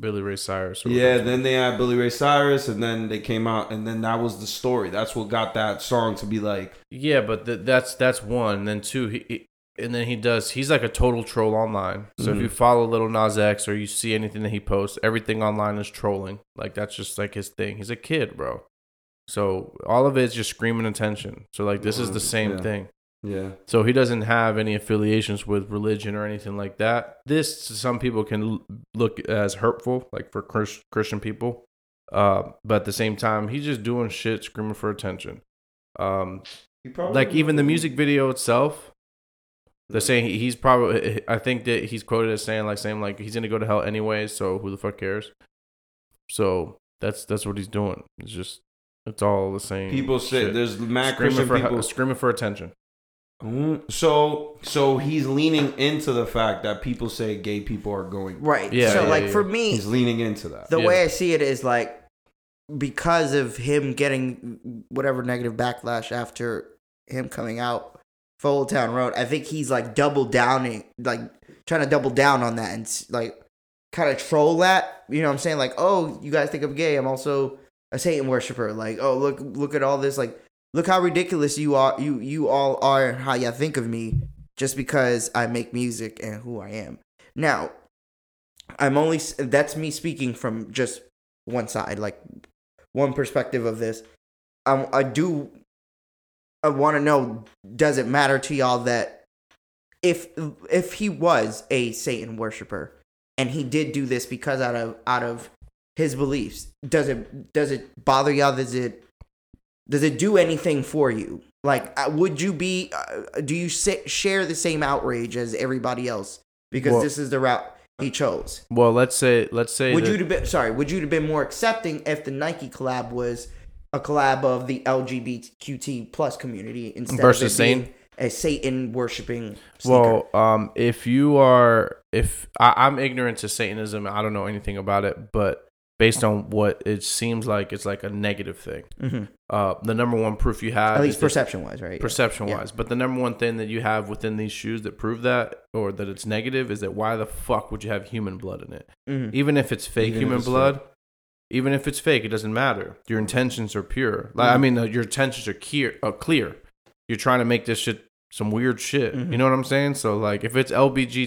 B: Billy Ray Cyrus. or
C: Yeah,
B: whatever.
C: then they had Billy Ray Cyrus, and then they came out, and then that was the story. That's what got that song to be like.
B: yeah, but th- that's that's one. And then two, he, he- and then he does. He's like a total troll online. So if
C: Mhm.
B: you follow Little Nas X or you see anything that he posts, everything online is trolling. Like that's just like his thing. He's a kid, bro. So all of it is just screaming attention. So like this is the same
C: Yeah.
B: thing.
C: Yeah,
B: So he doesn't have any affiliations with religion or anything like that. This to some people can l- look as hurtful, like for Chris- Christian people. Uh, but at the same time, he's just doing shit, screaming for attention. Um, like even the music video itself, they're saying he- he's probably. I think that he's quoted as saying like saying like he's gonna go to hell anyway, so who the fuck cares? So that's that's what he's doing. It's just it's all the same.
C: People say
B: shit.
C: there's mad
B: screaming
C: Christian
B: for
C: people.
B: screaming for attention.
C: Mm, So so he's leaning into the fact that people say gay people are going.
A: Right.
B: Yeah,
A: so
B: yeah,
A: like
B: yeah.
A: for me,
C: He's leaning into that.
A: the
B: Yeah.
A: way I see it is like because of him getting whatever negative backlash after him coming out for Old Town Road, I think he's like double downing, like trying to double down on that and s- like kind of troll that. You know what I'm saying? Like, oh, you guys think I'm gay? I'm also a Satan worshiper. Like, oh, look, look at all this. Like, look how ridiculous you are. You you all are and how y'all think of me just because I make music and who I am. Now, I'm only s- that's me speaking from just one side, like one perspective of this. Um, I do. I want to know: Does it matter to y'all that if if he was a Satan worshiper and he did do this because out of out of his beliefs, does it does it bother y'all? Does it does it do anything for you? Like, uh, would you be? Uh, do you sit, share the same outrage as everybody else because
B: Well-
A: this is the route he chose?
B: Well, let's say let's say
A: Would
B: that-
A: you have been sorry? Would you have been more accepting if the Nike collab was a collab of the LGBTQT plus community instead
B: Versus
A: of it
B: Satan?
A: being a Satan worshipping?
B: Well, um, if you are, if I, I'm ignorant to Satanism, I don't know anything about it, but based on what it seems like, it's like a negative thing.
A: Mhm.
B: Uh, the number one proof you have,
A: at least
B: is that-
A: perception wise, right?
B: perception wise, but the number one thing that you have within these shoes that prove that or that it's negative is that why the fuck would you have human blood in it?
A: Mhm.
B: Even if it's fake
C: Mm-hmm. Even if
B: human
C: it's Mm-hmm.
B: blood, even if it's fake, it doesn't matter. Your intentions are pure. Like I mean, uh, your intentions are clear. Uh, clear. You're trying to make this shit some weird shit.
C: Mm-hmm.
B: You know what I'm saying? So like, if it's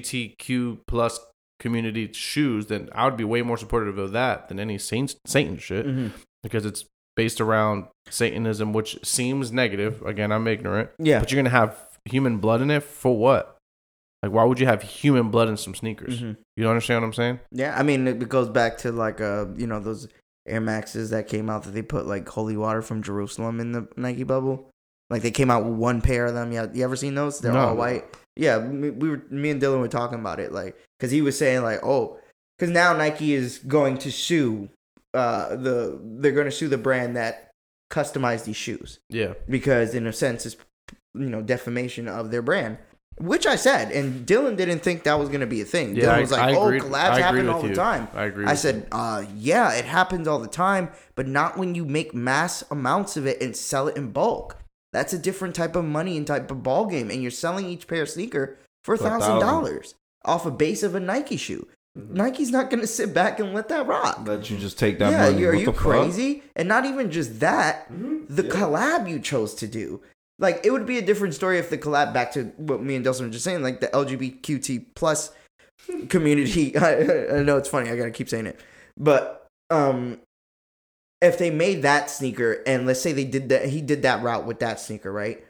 B: LBGTQ plus community shoes, then I would be way more supportive of that than any Saints, Satan shit
C: Mm-hmm.
A: Mhm.
B: because it's based around Satanism, which seems negative. Again, I'm ignorant.
A: Yeah.
B: But you're gonna have human blood in it for what? Like, why would you have human blood in some sneakers?
A: Mhm.
B: You don't understand what I'm saying?
A: Yeah, I mean it goes back to like uh you know those Air Maxes that came out that they put like holy water from Jerusalem in the Nike bubble. Like they came out with one pair of them. Yeah, you ever seen those? They're
B: No.
A: all white. Yeah, me- we were me and Dylan were talking about it like because he was saying like oh because now Nike is going to sue uh the they're going to sue the brand that customized these shoes
B: Yeah.
A: because in a sense it's you know defamation of their brand which i said and dylan didn't think that was going to be a thing
B: Yeah.
A: dylan
B: I,
A: was
B: I
A: like oh
B: agreed- I
A: collabs
B: agree
A: happen
B: with
A: all
B: you.
A: the time
B: I agree.
A: i
B: with you.
A: said uh, yeah it happens all the time but not when you make mass amounts of it and sell it in bulk that's a different type of money and type of ball game and you're selling each pair of sneaker for a
C: For a
A: thousand
C: thousand.
A: dollars off a base of a nike shoe
B: Mm-hmm.
A: nike's not going to sit back and let that rock
C: Let you just take that
A: yeah,
C: money.
A: you- are
C: What
A: you
C: the fuck? Mm-hmm.
A: crazy? And not even just that, the collab you chose to do. Like it would be a different story if the collab back to what me and Delson were just saying, like the LGBTQT plus [LAUGHS] community. [LAUGHS] I, I know it's funny. I gotta keep saying it, but um, if they made that sneaker and let's say they did that, he did that route with that sneaker, right?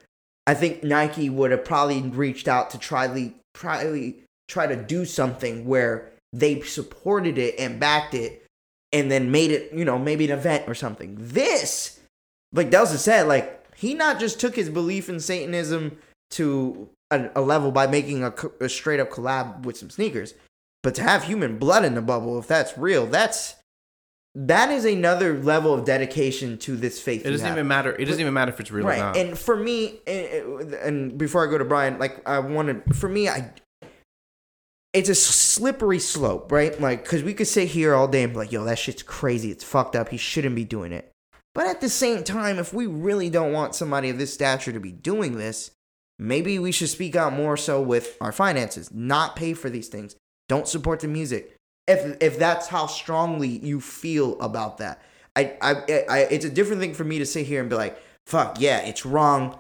A: I think Nike would have probably reached out to try le- probably try to do something where they supported it and backed it and then made it, you know, maybe an event or something. This, like Delson said, like he not just took his belief in Satanism to a, a level by making a, co- a straight up collab with some sneakers, but to have human blood in the bubble, if that's real, that's that is another level of dedication to this faith.
B: it
A: you
B: doesn't
A: have
B: even matter. It doesn't even matter if it's real or
A: right
B: not.
A: and for me and, and before i go to brian like i wanted for me i it's a slippery slope right like because we could sit here all day and be like yo that shit's crazy it's fucked up he shouldn't be doing it but at the same time if we really don't want somebody of this stature to be doing this maybe we should speak out more so with our finances not pay for these things don't support the music if if that's how strongly you feel about that I, I i it's a different thing for me to sit here and be like fuck yeah it's wrong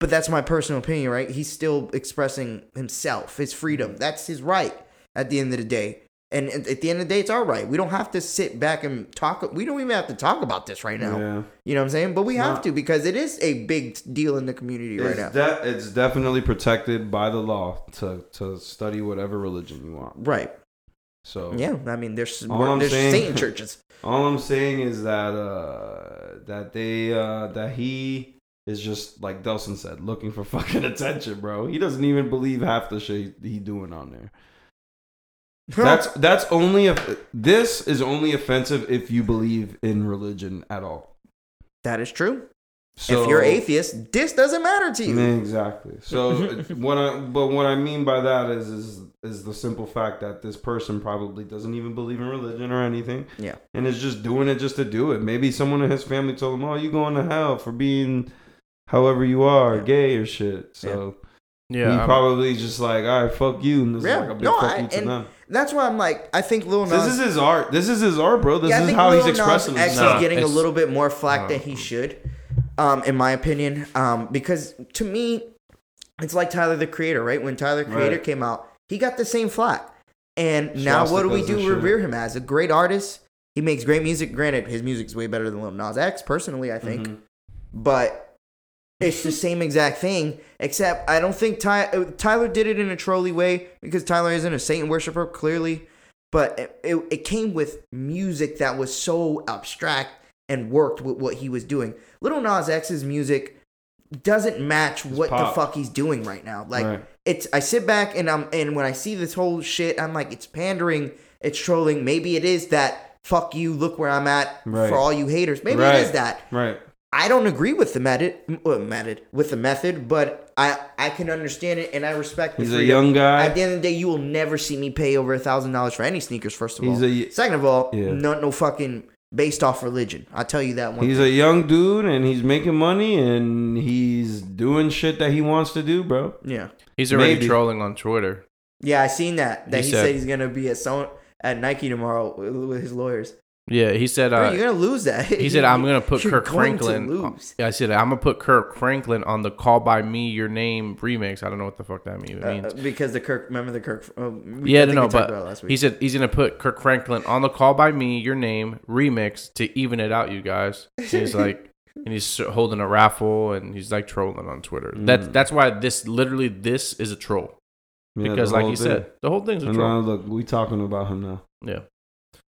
A: but that's my personal opinion right he's still expressing himself his freedom
C: Mm-hmm.
A: that's his right at the end of the day and and at the end of the day it's our right we don't have to sit back and talk we don't even have to talk about this right now
C: Yeah.
A: you know what i'm saying but we
C: It's
A: have
C: not-
A: to because it is a big deal in the community right
C: It's,
A: now
C: de- it's definitely protected by the law to, to study whatever religion you want.
A: right
C: So
A: yeah i mean there's
C: All I'm
A: there's
C: saying-
A: satan churches
C: All I'm saying is that uh that they uh that he is just like Delson said, looking for [LAUGHS] fucking attention, bro. He doesn't even believe half the shit he doing on there. [LAUGHS] That's that's only if this is only offensive if you believe in religion at all.
A: that is true
C: So
A: if you're atheist, this doesn't matter to you.
C: Exactly. So what I but what I mean by that is is is the simple fact that this person probably doesn't even believe in religion or anything.
A: Yeah.
C: And is just doing it just to do it. Maybe someone in his family told him, "Oh, you going to hell for being however you are,
A: Yeah.
C: gay or shit." So
B: Yeah, um,
C: he
B: I'm-
C: probably just like, "All right, fuck you," and this
A: Yeah.
C: is like a big
A: No,
C: fuck
A: I-
C: you to
A: and
C: them.
A: That's why I'm like, I think Lil Nas.
C: This is his art. This is his art, bro. This
A: yeah, I
C: is
A: think
C: how
A: Lil
C: he's expressing
A: Nas X
C: himself.
B: Nah,
A: is getting a
B: it's-
A: little bit more flack
B: nah.
A: than he should, um, in my opinion. Um, because to me, it's like Tyler the Creator, right? When Tyler the Creator
C: Right.
A: came out, he got the same flack. And now what do we
C: Swastikas and
A: do?
C: shit.
A: Revere him as a great artist. He makes great music. Granted, his music's way better than Lil Nas X, personally, I think.
B: Mm-hmm.
C: Mhm.
A: But it's the same exact thing, except I don't think Ty- uh, Tyler did it in a trolley way because Tyler isn't a Satan worshiper, clearly. But it, it, it came with music that was so abstract and worked with what he was doing. Little Nas X's music doesn't match what
C: pop.
A: the fuck he's doing right now. Like
C: Right.
A: it's I sit back and I'm and when I see this whole shit, I'm like, it's pandering, it's trolling. Maybe it is that fuck you, look where I'm at
C: Right.
A: for all you haters. Maybe it is
C: Right.
A: that.
C: Right.
A: I don't agree with the method, m- well, method with the method, but I I can understand it and I respect. the
C: He's a
A: freedom.
C: young
A: At
C: guy.
A: the end of the day, you will never see me pay over a thousand dollars for any sneakers. First of
C: He's
A: all,
C: a
A: second of all,
C: Yeah.
A: not no fucking based off religion. I tell you that one.
C: He's a young dude and he's making money and he's doing shit that he wants to do, bro.
A: yeah,
B: he's already
C: Maybe.
B: trolling on Twitter.
A: yeah. I seen that that
B: He
A: he,
B: said-
A: said, he's gonna be at so at Nike tomorrow with, with his lawyers.
B: Yeah, he said.
A: Bro,
B: Uh,
A: you're gonna lose that.
B: he said, "I'm gonna
A: [LAUGHS]
B: put
A: You're
B: Kirk
A: going to
B: Franklin."
A: lose.
B: I said, "I'm gonna put Kirk Franklin on the "Call by Me Your Name" remix." I don't know what the fuck that even
A: Uh,
B: means.
A: because the Kirk. Remember the Kirk. Uh, we-
B: yeah,
A: I
B: no,
A: think we
B: no,
A: talked
B: but
A: about it last week.
B: he said he's gonna put Kirk Franklin on the "Call by Me Your Name" remix to even it out, you guys.
A: [LAUGHS]
B: And he's like, and he's holding a raffle, and he's like trolling on Twitter. That's
C: Mm.
B: that's why this literally this is a troll
C: Yeah,
B: because,
C: the
B: like
C: whole
B: you
C: thing.
B: said, the whole thing's a
C: And
B: troll.
C: now look, we talking about him now.
B: Yeah.
A: um,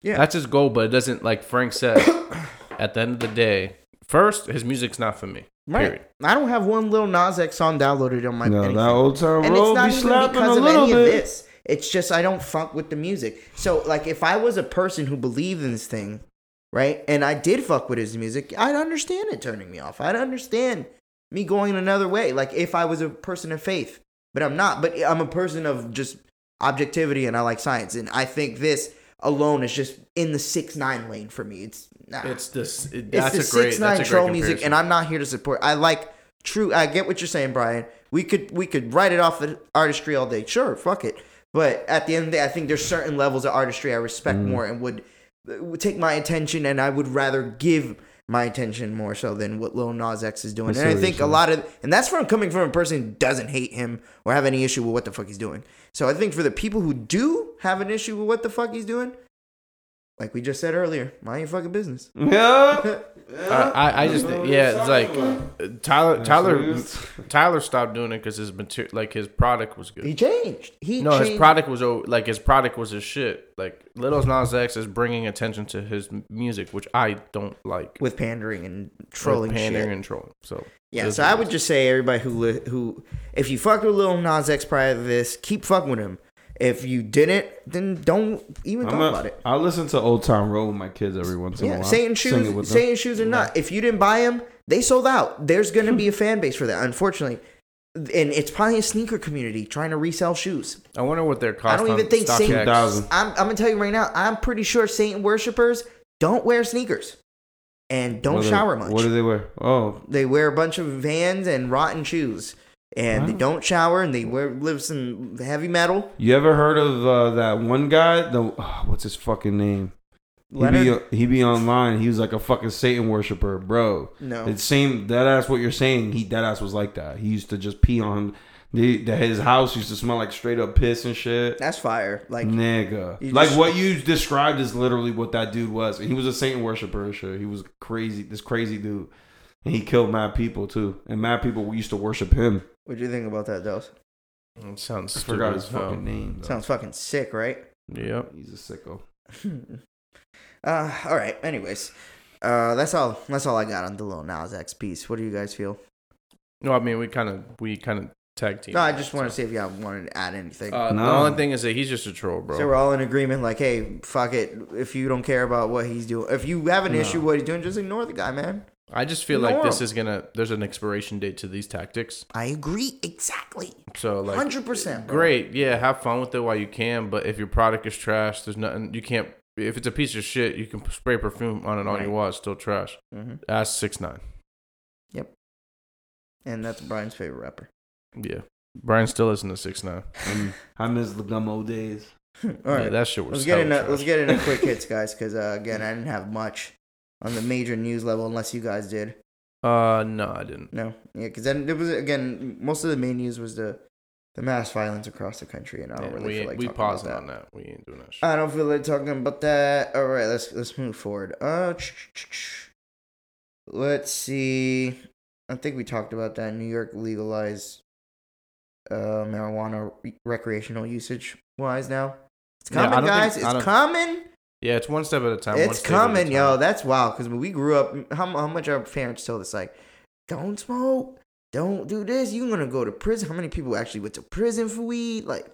A: Yeah.
B: That's his goal, but it doesn't like
A: [COUGHS]
B: Frank said, at the end of the day, first, his music's not for me.
A: Right.
B: Period.
A: I don't have one little Nas X song downloaded on my.
C: no,
A: anything.
C: that old time
A: and it's
C: road
A: not
C: be
A: even
C: slapping a
A: because of
C: little
A: any of
C: bit.
A: this. It's just I don't funk with the music. So like if I was a person who believed in this thing, right, and I did fuck with his music, I'd understand it turning me off. I'd understand me going another way. Like if I was a person of faith, but I'm not. But I'm a person of just objectivity, and I like science, and I think this alone is just in the six nine lane for me. It's nah.
B: It's this. It,
A: It's
B: that's
A: the
B: a great.
A: six nine
B: that's a
A: troll
B: great
A: music,
B: comparison.
A: and I'm not here to support. I like true. I get what you're saying, Brian. We could we could write it off at artistry all day. Sure, fuck it. But at the end of the day, I think there's certain levels of artistry I respect
B: Mm.
A: more and would, would take my attention, and I would rather give my attention more so than what Lil Nas X is doing.
C: see
A: And I
C: what you're
A: think a
C: saying.
A: lot of, and that's from coming from a person who doesn't hate him or have any issue with what the fuck he's doing. So I think for the people who do have an issue with what the fuck he's doing, like we just said earlier, mind your fucking business.
C: [LAUGHS]
A: [LAUGHS]
C: Yeah.
B: Uh, I, I just
C: That's what we
B: yeah, it's
C: was
B: like
C: talking about.
B: uh, Tyler
C: what we
B: Tyler
C: was-
B: Tyler stopped doing it because his material like his product was good.
A: He changed. He
B: no,
A: changed.
B: his product was o- like his product was his shit. Like Little Nas X is bringing attention to his m- music, which I don't like.
A: with pandering and trolling
B: With pandering
A: shit.
B: and trolling. So
A: Yeah,
B: those
A: so
B: are
A: I
B: the-
A: would just say everybody who li- who if you fucked with Lil Nas X prior to this, keep fucking with him. If you didn't, then don't even
C: I'm
A: talk
C: a-
A: about it.
C: I listen to Old Town Road with my kids every once in a
A: Yeah,
C: while.
A: Satan
C: Sing it with
A: shoes,
C: them.
A: Satan shoes or not. If you didn't buy them, they sold out. There's gonna
C: [LAUGHS]
A: be a fan base for that, unfortunately. And it's probably a sneaker community trying to resell shoes.
B: I wonder what their cost.
A: I don't
B: on
A: even think
B: StockX.
A: Saint-
C: 2000.
A: I'm, I'm gonna tell you right now. I'm pretty sure Satan worshippers don't wear sneakers and don't
C: What do-
A: shower much.
C: What do they wear? Oh,
A: they wear a bunch of vans and rotten shoes and they
C: Wow.
A: don't shower and they wear live some heavy metal
C: you ever heard of uh, that one guy? The ah, what's his fucking name? He be,
A: Leonard?
C: he be online. He was like a fucking Satan worshiper, bro.
A: no
C: It's same that ass what you're saying. He that ass was like that. He used to just pee on the, the his house used to smell like straight up piss and shit.
A: that's fire like
C: Nigga.
A: You
C: Like
A: just-
C: what you described is literally what that dude was. And he was a Satan worshiper and shit. He was crazy this crazy dude. And he killed mad people too. And mad people used to worship him.
A: what do you think about that dose
B: It sounds
C: I
B: stupid.
C: forgot his
B: as hell.
C: fucking name. Though.
A: sounds fucking sick right [LAUGHS]
B: Yep.
C: He's a sicko.
A: uh all right anyways uh that's all that's all i got on the little Nas X piece what do you guys feel
B: No, I mean we kind of we kind of tag team.
A: no i just want to see if y'all wanted to add anything
B: Uh, The
C: No.
B: only thing is that he's just a troll, bro.
A: so we're all in agreement like hey fuck it if you don't care about what he's doing if you have an
C: No.
A: issue with what he's doing just ignore the guy man
B: I just feel like this
A: Norm.
B: is gonna. There's an expiration date to these tactics.
A: I agree exactly.
B: So like,
A: Hundred percent.
B: great, yeah, have fun with it while you can. But if your product is trash, there's nothing you can't. If it's a piece of shit, you can spray perfume on it all you
A: Right.
B: want. It's still trash.
A: hmm
B: That's six nine.
A: And that's Brian's favorite rapper. [CLEARS THROAT]
B: Yeah, Brian still isn't a six nine.
C: I miss the gum old days.
A: All right.
B: that shit was.
A: let's get
B: hella
A: in. A,
B: trash.
A: let's get in a
B: [LAUGHS]
A: quick hits, guys, because uh, again, I didn't have much on the major news level, unless you guys did.
B: Uh, no, I didn't.
A: No, yeah, because then there was again most of the main news was the the mass violence across the country, and I don't
B: Yeah,
A: really
B: we
A: feel
B: ain't-
A: like
B: we
A: talking about
B: paused
A: that. Uh,
B: on that. We ain't doing that. Shit.
A: I don't feel like talking about that. All right, let's let's move forward. Uh, ch- ch- ch- let's see. I think we talked about that. New York legalized uh, marijuana re- recreational usage wise now. It's
B: Yeah, I
A: coming,
B: don't
A: guys.
B: think- I don't-
A: it's coming.
B: yeah, it's one step at a time. one
A: It's
B: step at a
A: coming,
B: time.
A: yo. That's wild. Because when we grew up, how, how much our parents told us, like, don't smoke, don't do this. You're gonna go to prison. How many people actually went to prison for weed? Like,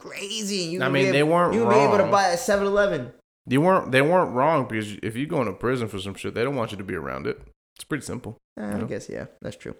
A: crazy. And you
B: I
A: gonna
B: mean,
A: be
B: they
A: able,
B: weren't
A: you gonna be able
B: wrong.
A: to buy a 7-Eleven.
B: They weren't. They weren't wrong because if you go into prison for some shit, they don't want you to be around it. It's pretty simple.
A: Eh,
B: Yeah.
A: I guess yeah, that's true.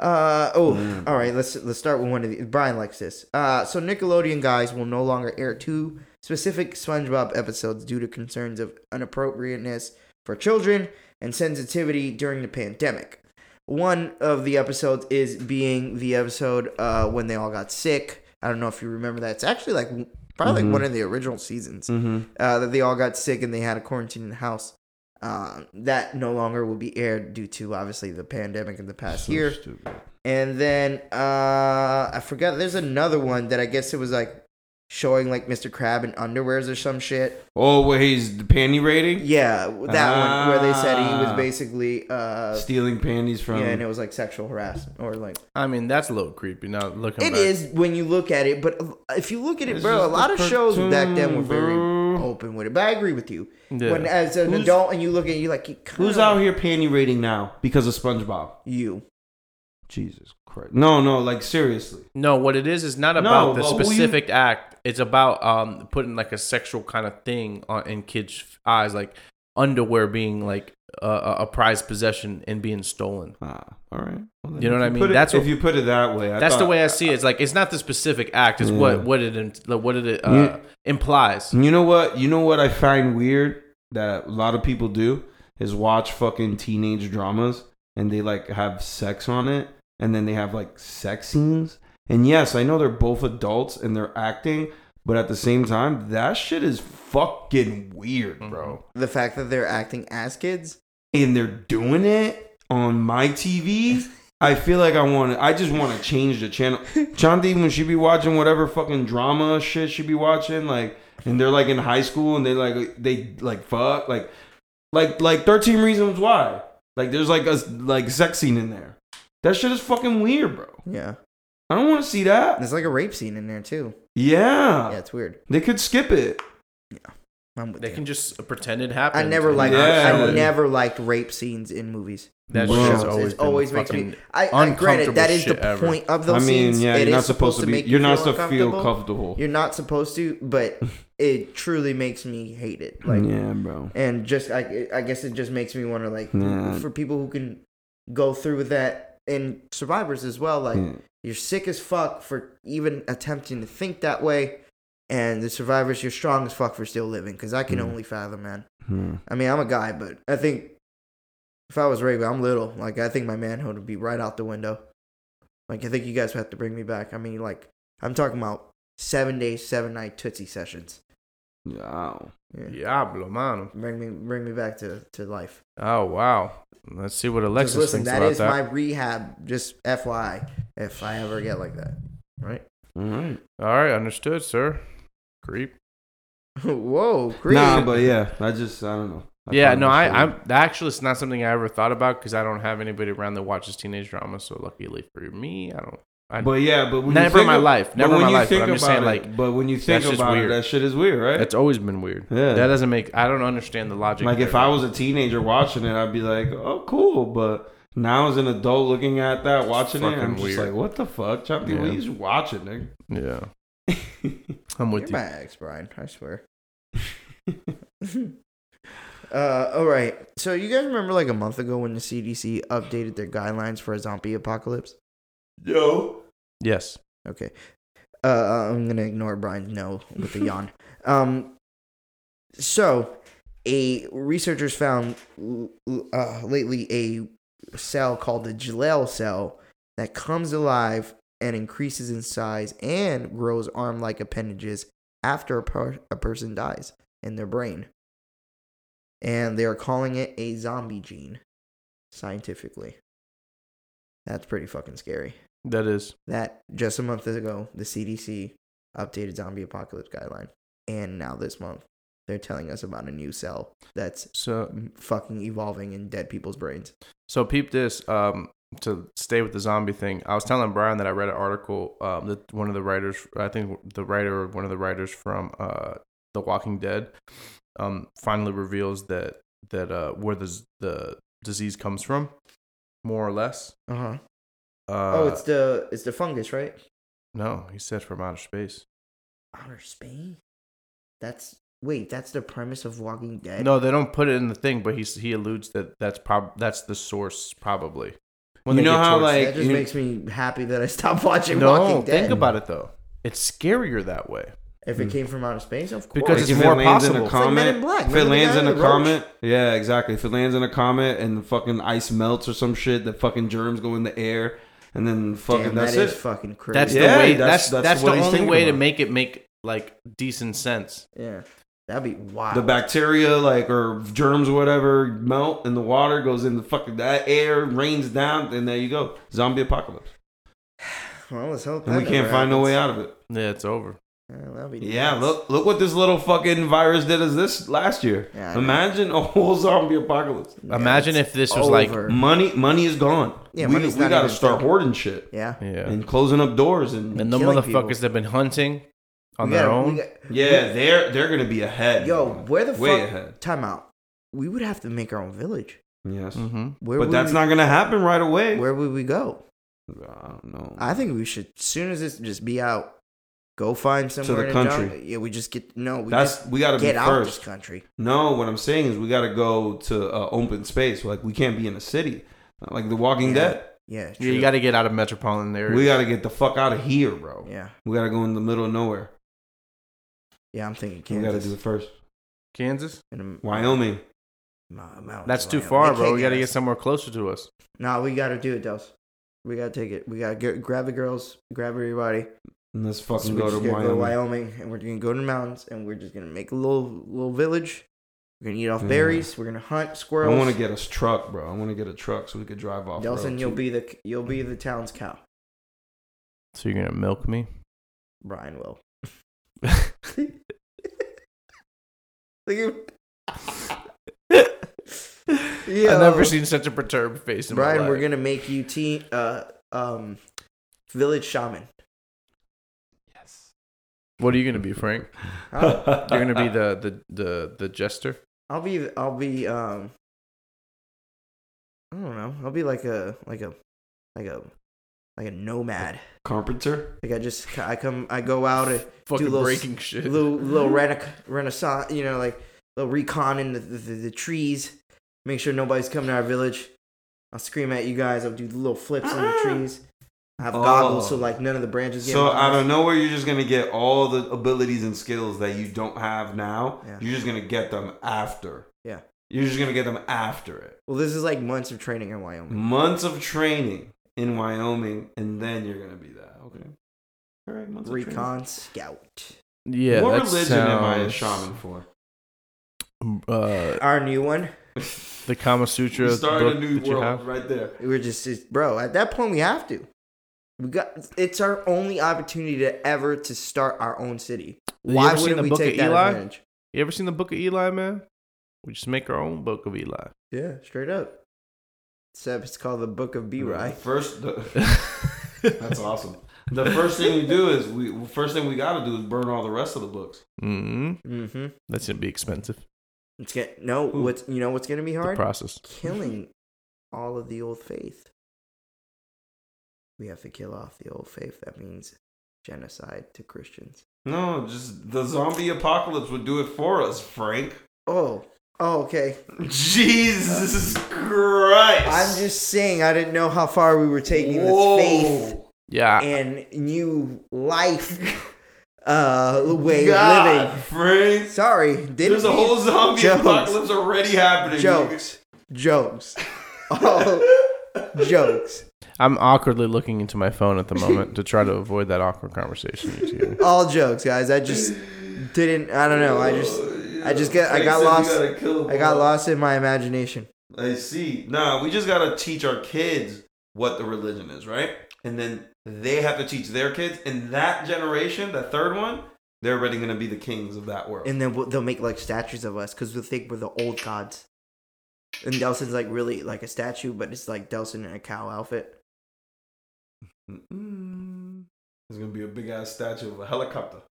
A: Uh oh,
C: Mm.
A: all right. Let's let's start with one of these. Brian likes this. Uh, so Nickelodeon guys will no longer air two specific SpongeBob episodes due to concerns of inappropriateness for children and sensitivity during the pandemic. One of the episodes is being the episode uh, when they all got sick. I don't know if you remember that. It's actually like w- probably
C: Mhm.
A: like one of the original seasons
C: Mm-hmm.
A: uh, that they all got sick and they had a quarantine in the house. Um, that no longer will be aired due to obviously the pandemic in the past year. And then uh, I forgot. There's another one that I guess it was like showing like Mr. Crab in underwears or some shit.
C: Oh, where he's the panty rating,
A: Yeah, that one where they said he was
C: Ah.
A: basically uh,
C: stealing panties from.
A: yeah, and it was like sexual harassment or like
B: I mean, that's a little creepy. Now looking,
A: It
B: back.
A: is when you look at it, but if you look at it,
C: It's
A: bro, a
C: just
A: lot
C: a
A: of shows back then
C: cartoon,
A: were very
C: bro.
A: open with it. But I agree with you.
B: Yeah.
A: When as an
C: Who's-
A: adult and you look at it, you like it kinda-
C: Who's out here panty rating now because of SpongeBob?
A: You.
C: Jesus Christ! No, no, like seriously.
B: No, what it is is not
C: No,
B: about the
C: but who you-
B: specific act. It's about um putting like a sexual kind of thing on in kids' eyes, like underwear being like a, a a prized possession and being stolen.
C: Ah, all right. Well, then
B: You know
C: if
B: what I mean?
C: put it-
B: That's
C: if
B: what-
C: you put it that way. I
B: That's the
C: thought-
B: way I see it. It's like it's not the specific act. It's
C: Yeah.
B: what what it in- like, what it uh,
C: You-
B: implies.
C: You know what? You know what I find weird that a lot of people do is watch fucking teenage dramas and they like have sex on it and then they have like sex scenes. And yes, I know they're both adults and they're acting, but at the same time, that shit is fucking weird,
B: Mm-hmm.
C: bro.
A: The fact that they're acting as kids.
C: And they're doing it on
A: [LAUGHS]
C: my TV. I feel like I want to. I just want to change the channel. Chanti, when she be watching whatever fucking drama shit she be watching, like, and they're like in high school and they like they like fuck like, like like Thirteen Reasons Why. Like, there's like a s- like sex scene in there. That shit is fucking weird, bro.
A: Yeah.
C: I don't want to see that.
A: There's like a rape scene in there too.
C: Yeah,
A: Yeah, it's weird.
C: they could skip it.
A: I'm with
B: They
A: you.
B: can just uh, pretend it happened.
A: I never
B: and
A: liked
B: not show
A: I
B: it.
C: Yeah.
A: never liked rape scenes in movies.
B: That
A: Or
C: Bro.
B: shit's
A: shows.
B: always,
A: it always
B: been
A: makes
B: fucking,
A: me. I, I granted that
B: uncomfortable
A: is the
B: shit ever.
A: point of
C: I
A: those
C: mean,
A: scenes.
C: yeah,
A: It
C: you're
A: is
C: not supposed to be.
A: make you
C: You're not
A: feel
C: supposed to feel
A: uncomfortable.
C: comfortable.
A: You're not supposed to,
C: [LAUGHS]
A: but it truly makes me hate it. Like,
C: yeah, bro.
A: and just I, I guess it just makes me wonder, like,
C: Yeah.
A: for people who can go through with that and survivors as well, like,
C: Yeah.
A: you're sick as fuck for even attempting to think that way, and the survivors, you're strong as fuck for still living. Because I can
C: Mm.
A: only fathom, man.
C: Yeah.
A: I mean, I'm a guy, but I think if I was raped, I'm little. Like, I think my manhood would be right out the window. Like, I think you guys have to bring me back. I mean, like, I'm talking about seven day, seven night Tootsie sessions.
C: Wow.
A: Yeah.
B: Diablo, mano.
A: Bring me, bring me back to, to life.
B: Oh wow. Let's see what Alexis
A: Just listen,
B: thinks
A: that
B: about
A: is
B: that.
A: my rehab. Just FYI, if I ever get like that, [LAUGHS] right?
C: All right.
B: All right, understood, sir. Creep.
A: Whoa, great.
C: Nah, but yeah, I just I don't know.
B: yeah,
C: found
B: no,
C: this
B: I,
C: weird.
B: I'm actually it's not something I ever thought about because I don't have anybody around that watches teenage drama. So luckily for me, I don't. I,
C: But yeah, but when you
B: never
C: think
B: in my
C: of-
B: life,
C: but
B: never in
C: when
B: my
C: you
B: life. But
C: think
B: I'm just
C: about
B: saying,
C: it-
B: like,
C: but when you think
B: that's just
C: about it,
B: weird.
C: that shit is weird, right?
B: it's always been weird.
C: Yeah.
B: that doesn't make. I don't understand the logic.
C: like if
B: there.
C: I was a teenager watching it, I'd be like, oh, cool. But now as an adult looking at that, watching it, I'm
B: fucking
C: just
B: weird.
C: like, what the fuck, Chompy? What
B: Yeah.
C: are you watching,
B: yeah, I'm [LAUGHS]
A: you're
B: with you.
A: my ex, Brian. I swear.
C: nigga?
A: [LAUGHS] Uh, all right. So you guys remember like a month ago when the CDC updated their guidelines for a zombie apocalypse?
C: [LAUGHS] Yo.
B: Yes.
A: Okay. Uh, I'm gonna ignore Brian's no with a yawn. Um, so a researchers found l- l- uh, lately a cell called the Jalel cell that comes alive and increases in size and grows arm-like appendages after a, per- a person dies in their brain. And they are calling it a zombie gene, scientifically. That's pretty fucking scary
B: That is.
A: that just a month ago the CDC updated zombie apocalypse guideline, and now this month they're telling us about a new cell that's mm,
B: So
A: fucking evolving in dead people's brains.
B: So peep this. Um, to stay with the zombie thing, I was telling Brian that I read an article. Um, that one of the writers, I think the writer, one of the writers from uh, The Walking Dead, um, finally reveals that that uh, where the the disease comes from, more or less.
A: Uh
C: Uh-huh.
A: huh.
B: Uh,
A: oh, it's the it's the fungus, right?
B: no. He said from outer space.
A: Outer space. That's wait. That's the premise of Walking Dead.
B: No, they don't put it in the thing, but he he alludes that that's prob that's the source probably.
C: You
B: they
C: know
B: get
C: how,
B: towards-
C: like,
A: that just
C: you-
A: makes me happy that I stopped [LAUGHS] watching
B: no,
A: Walking Dead.
B: think about it though. It's scarier that way.
A: if it came from outer space, of course.
B: Because it's
C: Like, if
B: more
C: it lands in
B: possible.
C: a
B: It's
A: Men
B: like
C: comment,
A: in Black.
C: if it
A: Remember the
C: lands
A: guy
C: in
A: on
C: a
A: the roach?
C: comment, yeah, exactly. If it lands in a comment and the fucking ice melts or some shit, the fucking germs go in the air, and then fucking
A: Damn,
C: that's
A: that
C: it.
A: is fucking crazy.
B: That's
C: Yeah,
B: the way.
C: that's-
B: That's that's,
C: that's
B: the
C: what he's
B: only
C: thinking
B: way to
C: about.
B: make it make like decent sense.
A: yeah, that'd be wild.
C: the bacteria, like or germs or whatever, melt in the water, goes in the fucking that air, rains down, and there you go, zombie apocalypse,
A: Well, let's hope
C: and
A: that
C: we can't
A: never
C: find no
A: happens.
C: way out of it.
B: Yeah, it's over.
A: Yeah, that'd be
C: Yeah,
A: nuts.
C: look, look what this little fucking virus did us this last year.
A: Yeah, I know.
C: Imagine a whole [LAUGHS] zombie apocalypse.
A: Yeah,
B: Imagine
A: it's
B: if this was like,
A: over.
C: Money, money is gone.
A: Yeah,
C: we, we
A: money's not
C: gotta
A: even
C: start
A: thinking.
C: hoarding shit
A: yeah.
B: yeah,
C: and closing up doors and
B: and the
A: killing
B: motherfuckers
A: people.
B: that've been hunting on
A: We
B: their
A: gotta- we
B: own.
A: got-
C: Yeah, they're they're gonna be ahead.
A: yo, where the
C: Way
A: fuck?
C: ahead.
A: Time out. We would have to make our own village.
C: Yes,
B: hmm
A: Mm. Where
C: but
A: would
C: that's
A: we,
C: not gonna happen right away.
A: Where would we go?
C: I don't know.
A: I think we should, as soon as this, just be out. Go find somewhere
C: the
A: in a jungle.
C: country.
A: Yeah, we just get no. We
C: that's we gotta
A: just get
C: be
A: out of this
C: first.
A: country.
C: No, what I'm saying is we gotta go to uh, open space. Like we can't be in a city. Like The Walking
A: Yeah,
C: Dead.
A: Yeah,
B: Yeah, you
A: true.
B: got to get out of metropolitan areas.
C: We gotta get the fuck out of here, bro.
A: Yeah,
C: We gotta go in the middle of nowhere.
A: yeah. I'm thinking
C: We gotta
A: Kansas.
C: do it first.
B: Kansas.
A: and,
C: Wyoming.
A: Mo- mountains
B: That's
A: of
B: too
A: Wyoming.
B: far,
A: They
B: bro.
A: can't
B: We got to
A: us.
B: get somewhere closer to us.
A: Nah, we gotta do it, Dels. We gotta take it. We gotta get, grab the girls, grab everybody.
C: And let's
A: So
C: fucking
A: we're
C: go
A: just
C: to
A: gonna
C: Wyoming.
A: go to Wyoming, and we're gonna go to the mountains, and we're just gonna make a little little village. We're gonna eat off
C: Yeah.
A: berries. We're gonna hunt
C: I
A: squirrels.
C: want to get us truck, bro. I want to get a truck so we could drive off.
A: Delson, you'll be the you'll be the town's cow.
B: So you're gonna milk me?
A: Brian will. [LAUGHS]
B: All
A: Look [LAUGHS] at-
B: I've
A: Yo.
B: never seen such a perturbed face in my
A: Brian,
B: life.
A: we're gonna make you teen uh um village shaman.
C: Yes.
B: What are you gonna be, Frank?
A: I'll,
B: You're gonna be the the the the jester.
A: I'll be I'll be um I don't know. I'll be like a like a like a like a nomad.
C: carpenter.
A: Like I just I come I go out
C: [LAUGHS]
A: and
B: Fucking
A: little s-
B: breaking shit.
A: little little rena- renaissance, you know, like little recon in the, the, the, the trees. Make sure nobody's coming to our village. I'll scream at you guys. I'll do the little flips in the trees. I have
C: Ah! Oh.
A: goggles so like none of the branches. get in
C: So
A: my
C: out
A: eyes.
C: of nowhere, you're just gonna get all the abilities and skills that you don't have now.
A: Yeah.
C: You're just gonna get them after.
A: Yeah.
C: You're just gonna get them after it.
A: Well, this is like months of training in Wyoming.
C: Months of training in Wyoming, and then you're gonna be that. Okay. All right. Months Of training.
A: Recon scout.
B: yeah.
C: what
B: that
C: religion am I a
B: sounds-
C: shaman for?
B: Uh,
A: Our new one.
B: the Kama Sutra
C: You started
B: book
C: a new
B: that you
C: world
B: have.
C: right there.
A: We're just, just- bro. At that point, we have to. We got. It's our only opportunity to ever to start our own city.
B: You
A: Why
B: ever seen
A: wouldn't
B: the
A: we
B: Book
A: take
B: of
A: that
B: Eli?
A: advantage?
B: You ever seen the Book of Eli, man? We just make our own Book of Eli.
A: Yeah, straight up. Except it's called the Book of B. Right.
C: First, the,
B: [LAUGHS]
C: that's awesome. The first thing we do is we first thing we gotta do is burn all the rest of the books.
B: hmm
A: Mm-hmm.
B: That's gonna be expensive.
A: It's get no.
C: Ooh.
A: What's you know what's gonna be
B: The
A: hard?
B: process.
A: Killing all of the old faith. We have to kill off the old faith. That means genocide to Christians.
C: No, just the zombie apocalypse would do it for us, Frank.
A: Oh, Oh, okay.
C: Jesus Christ.
A: I'm just saying I didn't know how far we were taking
C: Whoa.
A: this faith
B: Yeah.
A: and new life uh way of
C: God,
A: living.
C: Frank.
A: Sorry, didn't
C: There's a
A: mean-
C: whole zombie
A: Jokes.
C: apocalypse already happening.
A: Jokes. jokes.
C: [LAUGHS]
A: All jokes.
B: I'm awkwardly looking into my phone at the moment to try to avoid that awkward conversation you two.
A: All jokes, guys. I just didn't I don't know. I just
C: Oh,
A: I just get- I got lost. I got lost in my imagination.
C: I see. Nah, we just gotta teach our kids what the religion is, right? And then they have to teach their kids, and that generation, that third one, they're already gonna be the kings of that world.
A: And then we'll- they'll make like statues of us because they'll think we're the old gods. And Delson's like really like a statue, but it's like Delson in a cow
C: [LAUGHS]
A: outfit.
C: Mm-mm. There's gonna be a big ass statue of a helicopter.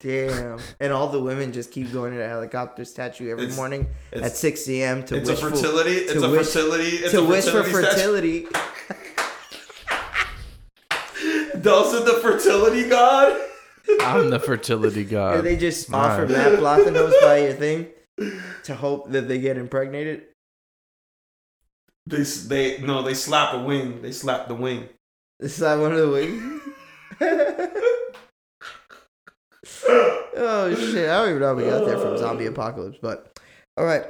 A: Damn. and all the women just keep going to the helicopter statue every
C: It's-
A: morning
C: it's-
A: at 6 a.m. to
C: It's a
A: wish for
C: fertility. It's
A: to
C: a
A: wish-
C: fertility. It's
A: to
C: a
A: wish for
C: fertility statue.
A: fertility.
C: [LAUGHS] Dulcet the fertility god.
B: [LAUGHS] I'm the fertility
A: and
B: god.
A: they just
B: nice.
A: offer Matt Plathanos by your
C: [LAUGHS]
A: thing to hope that they get impregnated.
C: They s- they no they slap a wing. They slap the wing.
A: Is that one of the
C: [LAUGHS]
A: wings? oh shit! I don't even know how we got there from zombie
C: Uh.
A: apocalypse, but all right,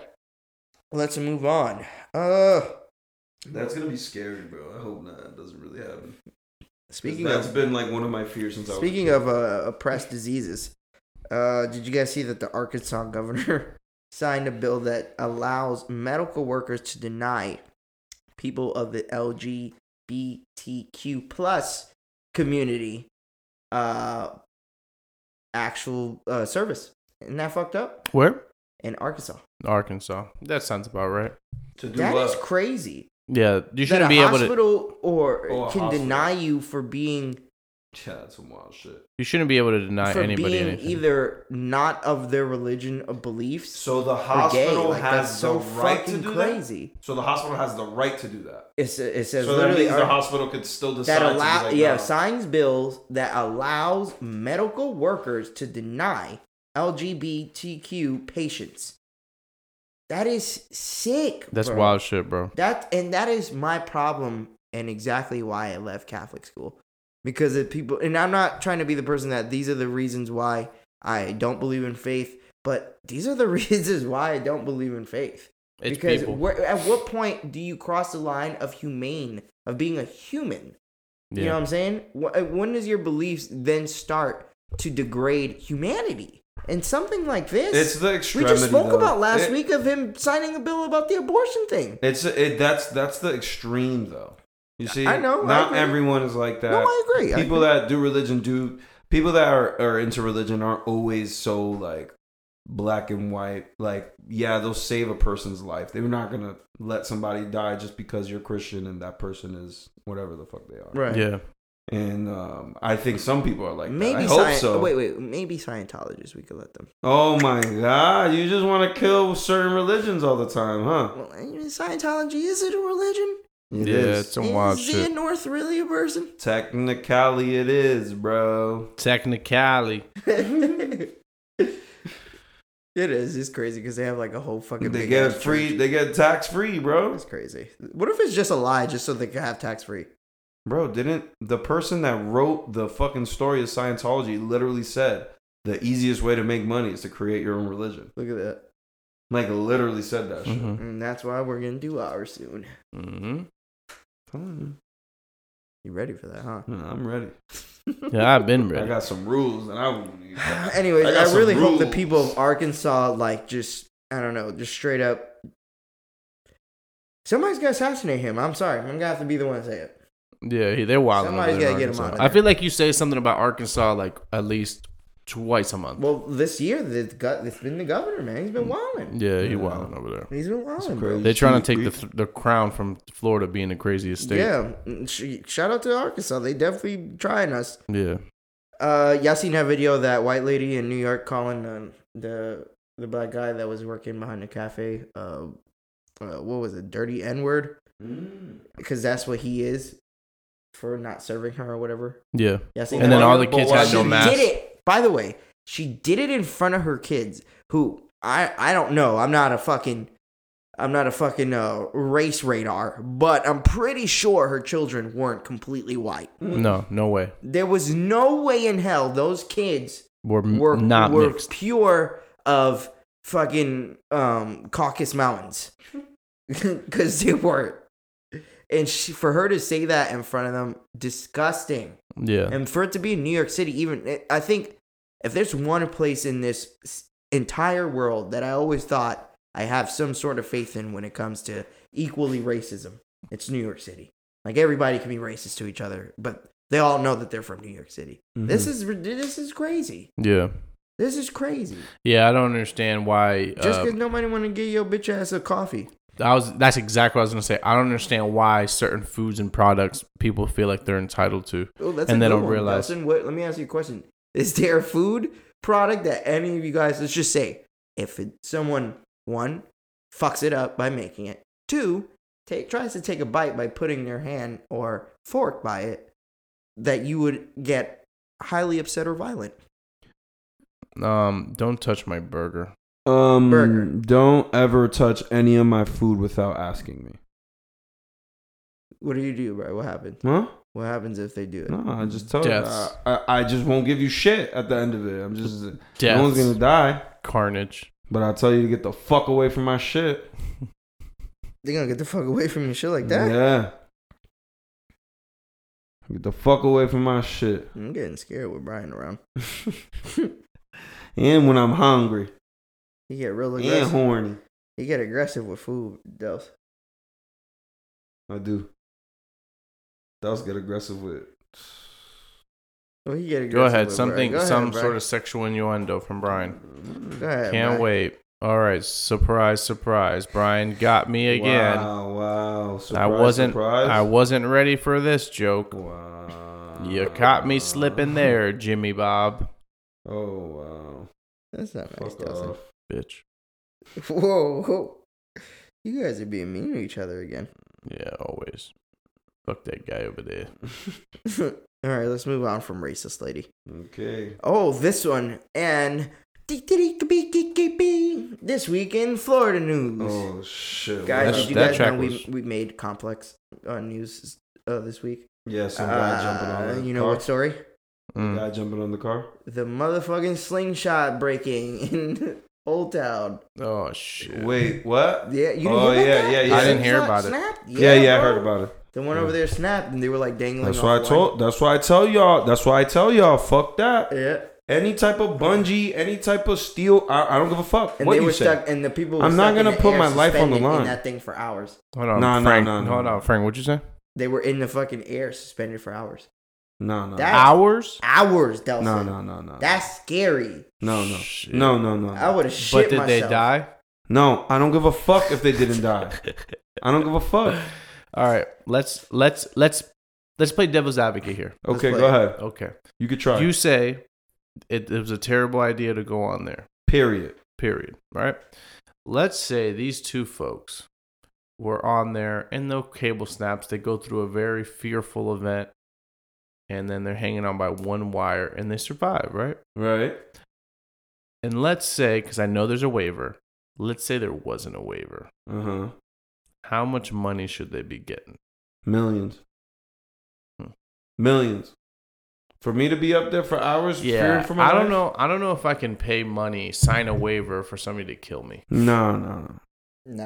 A: let's move on. Uh,
C: That's gonna be scary, bro. I hope not. It doesn't really happen.
A: speaking
C: that's
A: of
C: been like one of my fears since
A: speaking of uh, oppressed diseases, uh, did you guys see that the Arkansas governor [LAUGHS] signed a bill that allows medical workers to deny people of the LGBTQ plus community uh, actual uh, service? Isn't that fucked up?
B: Where?
A: In Arkansas.
B: Arkansas. That sounds about right.
C: I was, to do
A: That
C: what?
A: is crazy.
B: Yeah, you
A: that a
B: shouldn't be able to.
A: hospital or
C: Oh, a
A: can
C: hospital.
A: deny you for being
C: yeah, that's some wild shit.
B: You shouldn't be able to deny
A: for
B: anybody
A: being
B: anything.
A: either not of their religion or beliefs
C: So the
A: or gay.
C: hospital
A: Like that's
C: has
A: so
C: the right to
A: fucking
C: do
A: crazy.
C: that. So the hospital has the right to do that.
A: It's, it says
C: so that
A: literally
C: means the
A: Ar-
C: hospital could still decide
A: that
C: to be
A: allow
C: like,
A: yeah
C: no.
A: signs bills that allows medical workers to deny LGBTQ patients. That is sick.
B: That's
A: bro.
B: wild shit, bro.
A: That and that is my problem and exactly why I left Catholic school. Because of people and I'm not trying to be the person that these are the reasons why I don't believe in faith, but these are the [LAUGHS] reasons why I don't believe in faith.
B: It's
A: because
B: people.
A: where, at what point do you cross the line of humane, of being a human? You know what
B: Yeah.
A: I'm saying? Wh- uh, When does your beliefs then start to degrade humanity? And something like this,
C: It's the
A: we
C: extremity.
A: just spoke
C: though.
A: about last
C: It-
A: week of him signing a bill about the abortion thing.
C: It's it. That's that's the extreme though. You see,
A: I know, I
C: Not
A: agree.
C: everyone is like that.
A: No, I agree. I
C: people that do religion do people that are, are into religion aren't always so like black and white like yeah they'll save a person's life they're not gonna let somebody die just because you're christian and that person is whatever the fuck they are
A: Right.
B: Yeah.
C: and um i think some people are like that.
A: maybe
C: i hope
A: Scien-
C: so
A: Wait, wait. Maybe Scientologists. We could let them.
C: oh my god you just want to kill certain religions all the time huh
A: Well, I mean, Scientology is it a religion?
C: It
B: yeah,
C: is.
B: it's some wild
A: is
B: shit.
A: Zia North really a
C: [LAUGHS]
A: person? [LAUGHS]
C: technically it is bro
B: Technicality.
A: it is. It's crazy because they have like a whole fucking.
C: they
A: big
C: get
A: ass
C: free
A: church.
C: they get tax free bro
A: That's crazy. What if it's just a lie, just so they can have tax free?
C: Bro, didn't the person that wrote the fucking story of Scientology literally said the easiest way to make money is to create your own religion?
A: Look at that.
C: Like, literally said that shit.
B: Mm-hmm.
A: And that's why we're gonna do ours soon. Mm-hmm.
B: hmm
C: Fine.
A: You ready for that, huh?
C: Yeah, I'm ready.
B: Yeah, I've been
C: I
B: ready.
C: got some rules and I want
A: [SIGHS]
C: to use that.
A: Anyways,
C: [SIGHS] I
A: I,
C: got some
A: really hope the
C: rules.
A: people of Arkansas like just I don't know, just straight up. Somebody's gonna assassinate him. I'm sorry. I'm gonna have to be the one to say it.
B: Yeah, he- they're wild.
A: Somebody's gotta get 'em out of
B: I
A: there.
B: feel like you say something about Arkansas like at least twice a month.
A: Well, this year the go- it's been the governor, man. He's been wilding.
B: yeah, he
C: Mm, Yeah.
B: wilding over there.
A: He's been wilding, bro.
C: crazy.
B: They're trying to
C: Sweet
B: take the, th- the crown from Florida being the craziest state.
A: Yeah, Mm, Sh- shout out to Arkansas. They definitely trying us.
B: Yeah.
A: Uh, y'all seen that video of that white lady in New York calling the the, the black guy that was working behind the cafe? Uh, uh what was it? Dirty N word? Because that's what he is for not serving her or whatever.
B: Yeah.
A: Y'all seen
B: And
A: that?
B: then all the
C: But
B: kids
C: why
B: had no
A: she
B: mask.
A: did it. By the way, she did it in front of her kids, who I I don't know. I'm not a fucking I'm not a fucking uh, race radar, but I'm pretty sure her children weren't completely white.
B: No, no way.
A: There was no way in hell those kids
B: We're, m-
A: were
B: not
A: were
B: mixed.
A: pure of fucking um Caucasus Mountains [LAUGHS] because they weren't. And she, for her to say that in front of them, disgusting.
B: Yeah.
A: And for it to be in New York City, even eh, I think if there's one place in this s- entire world that I always thought I have some sort of faith in when it comes to equally racism, it's New York City. Like everybody can be racist to each other, but they all know that they're from New York City.
B: Mm-hmm.
A: This is rid- this is crazy.
B: yeah.
A: This is crazy.
B: Yeah, I don't understand why.
A: Just
B: uh,
A: because nobody want to give your bitch ass a coffee.
B: I was that's exactly what I was gonna say. I don't understand why certain foods and products people feel like they're entitled to.
A: Oh, that's
B: And
A: a
B: they
A: good
B: don't
A: one,
B: realize-
A: Dustin. What, let me ask you a question: Is there a food product that any of you guys? Let's just say, if it, someone one fucks it up by making it, two take, tries to take a bite by putting their hand or fork by it, that you would get highly upset or violent.
B: Um, don't touch my burger.
C: Um,
A: Burger.
C: Don't ever touch any of my food without asking me.
A: What do you do, bro? What happens?
C: Huh?
A: What happens if they do it?
C: No, I just told you. I,
B: Deaths.
C: I, I just won't give you shit at the end of it. I'm just
B: Death,
C: no one's gonna die.
B: carnage.
C: But I'll tell you to get the fuck away from my shit.
A: They're gonna get the fuck away from you, shit like that.
C: Yeah. Get the fuck away from my
A: [LAUGHS]
C: shit.
A: I'm getting scared with Brian around.
C: and when I'm hungry.
A: He get real
C: And
A: aggressive.
C: horny.
A: He get aggressive with food, Dels.
C: I do. That was get aggressive with.
A: Well, he get
B: Go
A: aggressive
B: ahead.
A: with
B: Something,
A: Brian. Go
B: some
A: ahead, Brian.
B: sort of sexual innuendo from Brian.
A: Go ahead,
B: Can't
A: Brian.
B: wait. All right, surprise, surprise. Brian got me again.
C: Wow, wow.
B: I
C: Surprise,
B: wasn't,
C: surprise.
B: I wasn't ready for this joke.
C: Wow.
B: You caught
C: Uh.
B: me slipping there, Jimmy Bob.
C: Oh, wow.
A: That's not nice,
C: Fuck
A: Dawson.
C: off.
B: Bitch.
A: [LAUGHS] Whoa, whoa. You guys are being mean to each other again. [LAUGHS]
B: Yeah, always. Fuck that guy over
C: [LAUGHS]
B: there.
A: All right, let's move on from racist lady.
C: Okay.
A: Oh, this one and this week in Florida news.
C: Oh, shit.
A: guys,
B: that-
A: did you
B: that
A: guys
B: track
A: know
B: was-
A: we we made complex uh, news uh, this week?
C: Yes, I'm guy jumping
A: Uh,
C: on the
A: you know
C: car.
A: what story?
B: Mm.
C: Guy jumping on the car.
A: The motherfucking slingshot breaking [LAUGHS] in Old Town.
B: Oh shit.
C: Wait, what?
A: Yeah, you didn't
C: Oh,
A: hear about
C: yeah,
A: that?
C: yeah,
A: The
C: yeah. I
B: didn't hear
A: slingshot
B: about it.
A: snapped?
C: Yeah, yeah, I
A: bro.
C: heard about it.
A: The one
C: Yeah.
A: over there snapped, and they were like dangling.
C: That's
A: off
C: why I
A: the
C: told. That's why I tell y'all. That's why I tell y'all. Fuck that.
A: line. Yeah,
C: Any type of bungee, any type of steel. I, I don't give a fuck
A: and
C: what
A: they
C: you
A: were
C: say.
A: stuck, and the people. Were
C: I'm
A: stuck
C: not
A: in
C: gonna
A: the
C: put
A: air
C: my life on the
A: suspended
C: line.
A: In that thing for hours,
B: Hold on,
C: No, no,
B: Frank.
C: no, no,
B: Hold
C: no.
B: on, Frank. What'd you say?
A: they were in the fucking air suspended for hours.
C: No, no,
A: That-
B: Hours.
A: Hours, Delson.
C: no, no, no, no.
A: That's scary.
C: No, no,
B: Shit.
C: no, no, no.
A: I
C: no.
A: would have shit
B: But did
A: myself.
B: they
C: [LAUGHS]
B: die?
C: No, I don't give a fuck if they didn't die. I don't give a fuck.
B: All right. Let's let's let's let's play devil's advocate here.
C: Okay,
A: play
C: go
A: it.
C: ahead.
B: Okay.
C: You could try.
B: You say it, it was a terrible idea to go on there.
C: period.
B: Period. Right. Let's say these two folks were on there and no cable snaps. They go through a very fearful event, and then they're hanging on by one wire, and they survive. Right.
C: Right.
B: And let's say, because I know there's a waiver, let's say there wasn't a waiver.
C: Uh huh.
B: How much money should they be getting?
C: Millions.
B: Hmm.
C: Millions. For me to be up there for hours, fearing for my
B: I don't
C: life?
B: know. I don't know if I can pay money, sign a waiver for somebody to kill me.
C: No, no, no.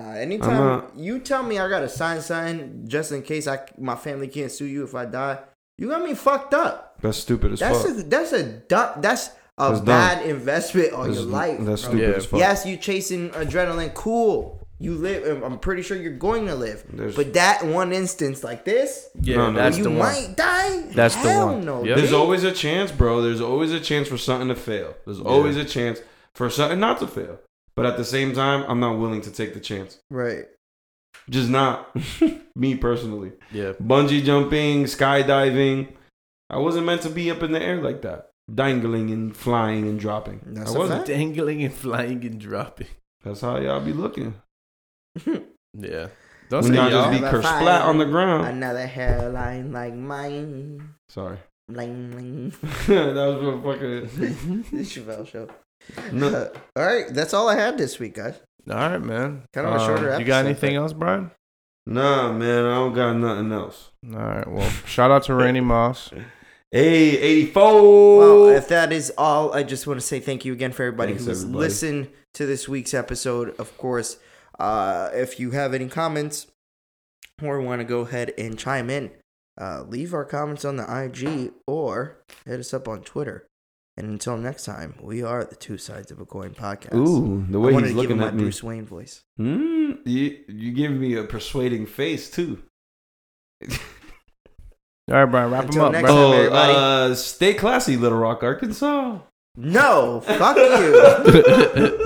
A: Nah, anytime
C: not-
A: you tell me I got to sign sign just in case I my family can't sue you if I die, you got me fucked up.
C: That's stupid as
A: that's
C: fuck.
A: a, that's a du- that's a
C: That's dumb.
A: bad investment on
C: That's-
A: your life.
C: That's
A: bro.
C: stupid
B: Yeah.
C: as fuck.
A: Yes, you chasing adrenaline. Cool. You live. I'm pretty sure you're going to live.
C: There's-
A: but that one instance like this,
B: Yeah,
C: No, no,
B: that's
A: you
B: the one.
A: might die.
B: That's the
A: Hell
B: one.
A: No,
B: Yep.
A: dude.
C: There's always a chance, bro. There's always a chance for something to fail. There's always a chance for something not to fail. But at the same time, I'm not willing to take the chance.
A: right.
C: Just [LAUGHS] not me personally.
B: Yeah,
C: Bungee jumping, skydiving. I wasn't meant to be up in the air like that, dangling and flying and dropping.
A: That's
C: I
A: a
C: wasn't.
A: fact. [LAUGHS]
B: dangling and [LAUGHS] flying and dropping.
C: That's how y'all be looking.
B: Yeah, don't
C: When
B: say y'all.
C: y'all just be
A: Have a
C: curse
A: fire.
C: flat on the ground.
A: Another hairline like mine.
C: Sorry.
A: Bling, bling.
C: [LAUGHS] that was real fucking.
A: [LAUGHS] This Chappelle show. Uh, [LAUGHS] all right, that's all I had this week, guys.
B: All right, man. Um,
A: Kind of a shorter
B: You got
A: episode,
B: anything else, Brian?
C: Nah, man, I don't got nothing else.
B: All right. Well, shout out to Randy Moss.
C: Hey, 84.
A: Well, if that is all, I just want to say thank you again for everybody
C: Oh. Thanks,
A: who's
C: everybody.
A: listened to this week's episode. Of course, uh, if you have any comments or want to go ahead and chime in, uh, leave our comments on the IG or hit us up on Twitter. And until next time, we are the Two Sides of a Coin podcast.
C: Ooh, the
A: I
C: way
A: wanted
C: he's
A: to give him
C: looking
A: my
C: at me.
A: Bruce Wayne voice.
C: Mm, you you give me a persuading face too.
B: All right, Brian. Wrap
A: Until
B: him up,
A: next
B: bro.
A: time.
C: Oh,
A: everybody.
C: [LAUGHS] uh, stay classy, Little Rock, Arkansas.
A: No, fuck you.
C: [LAUGHS]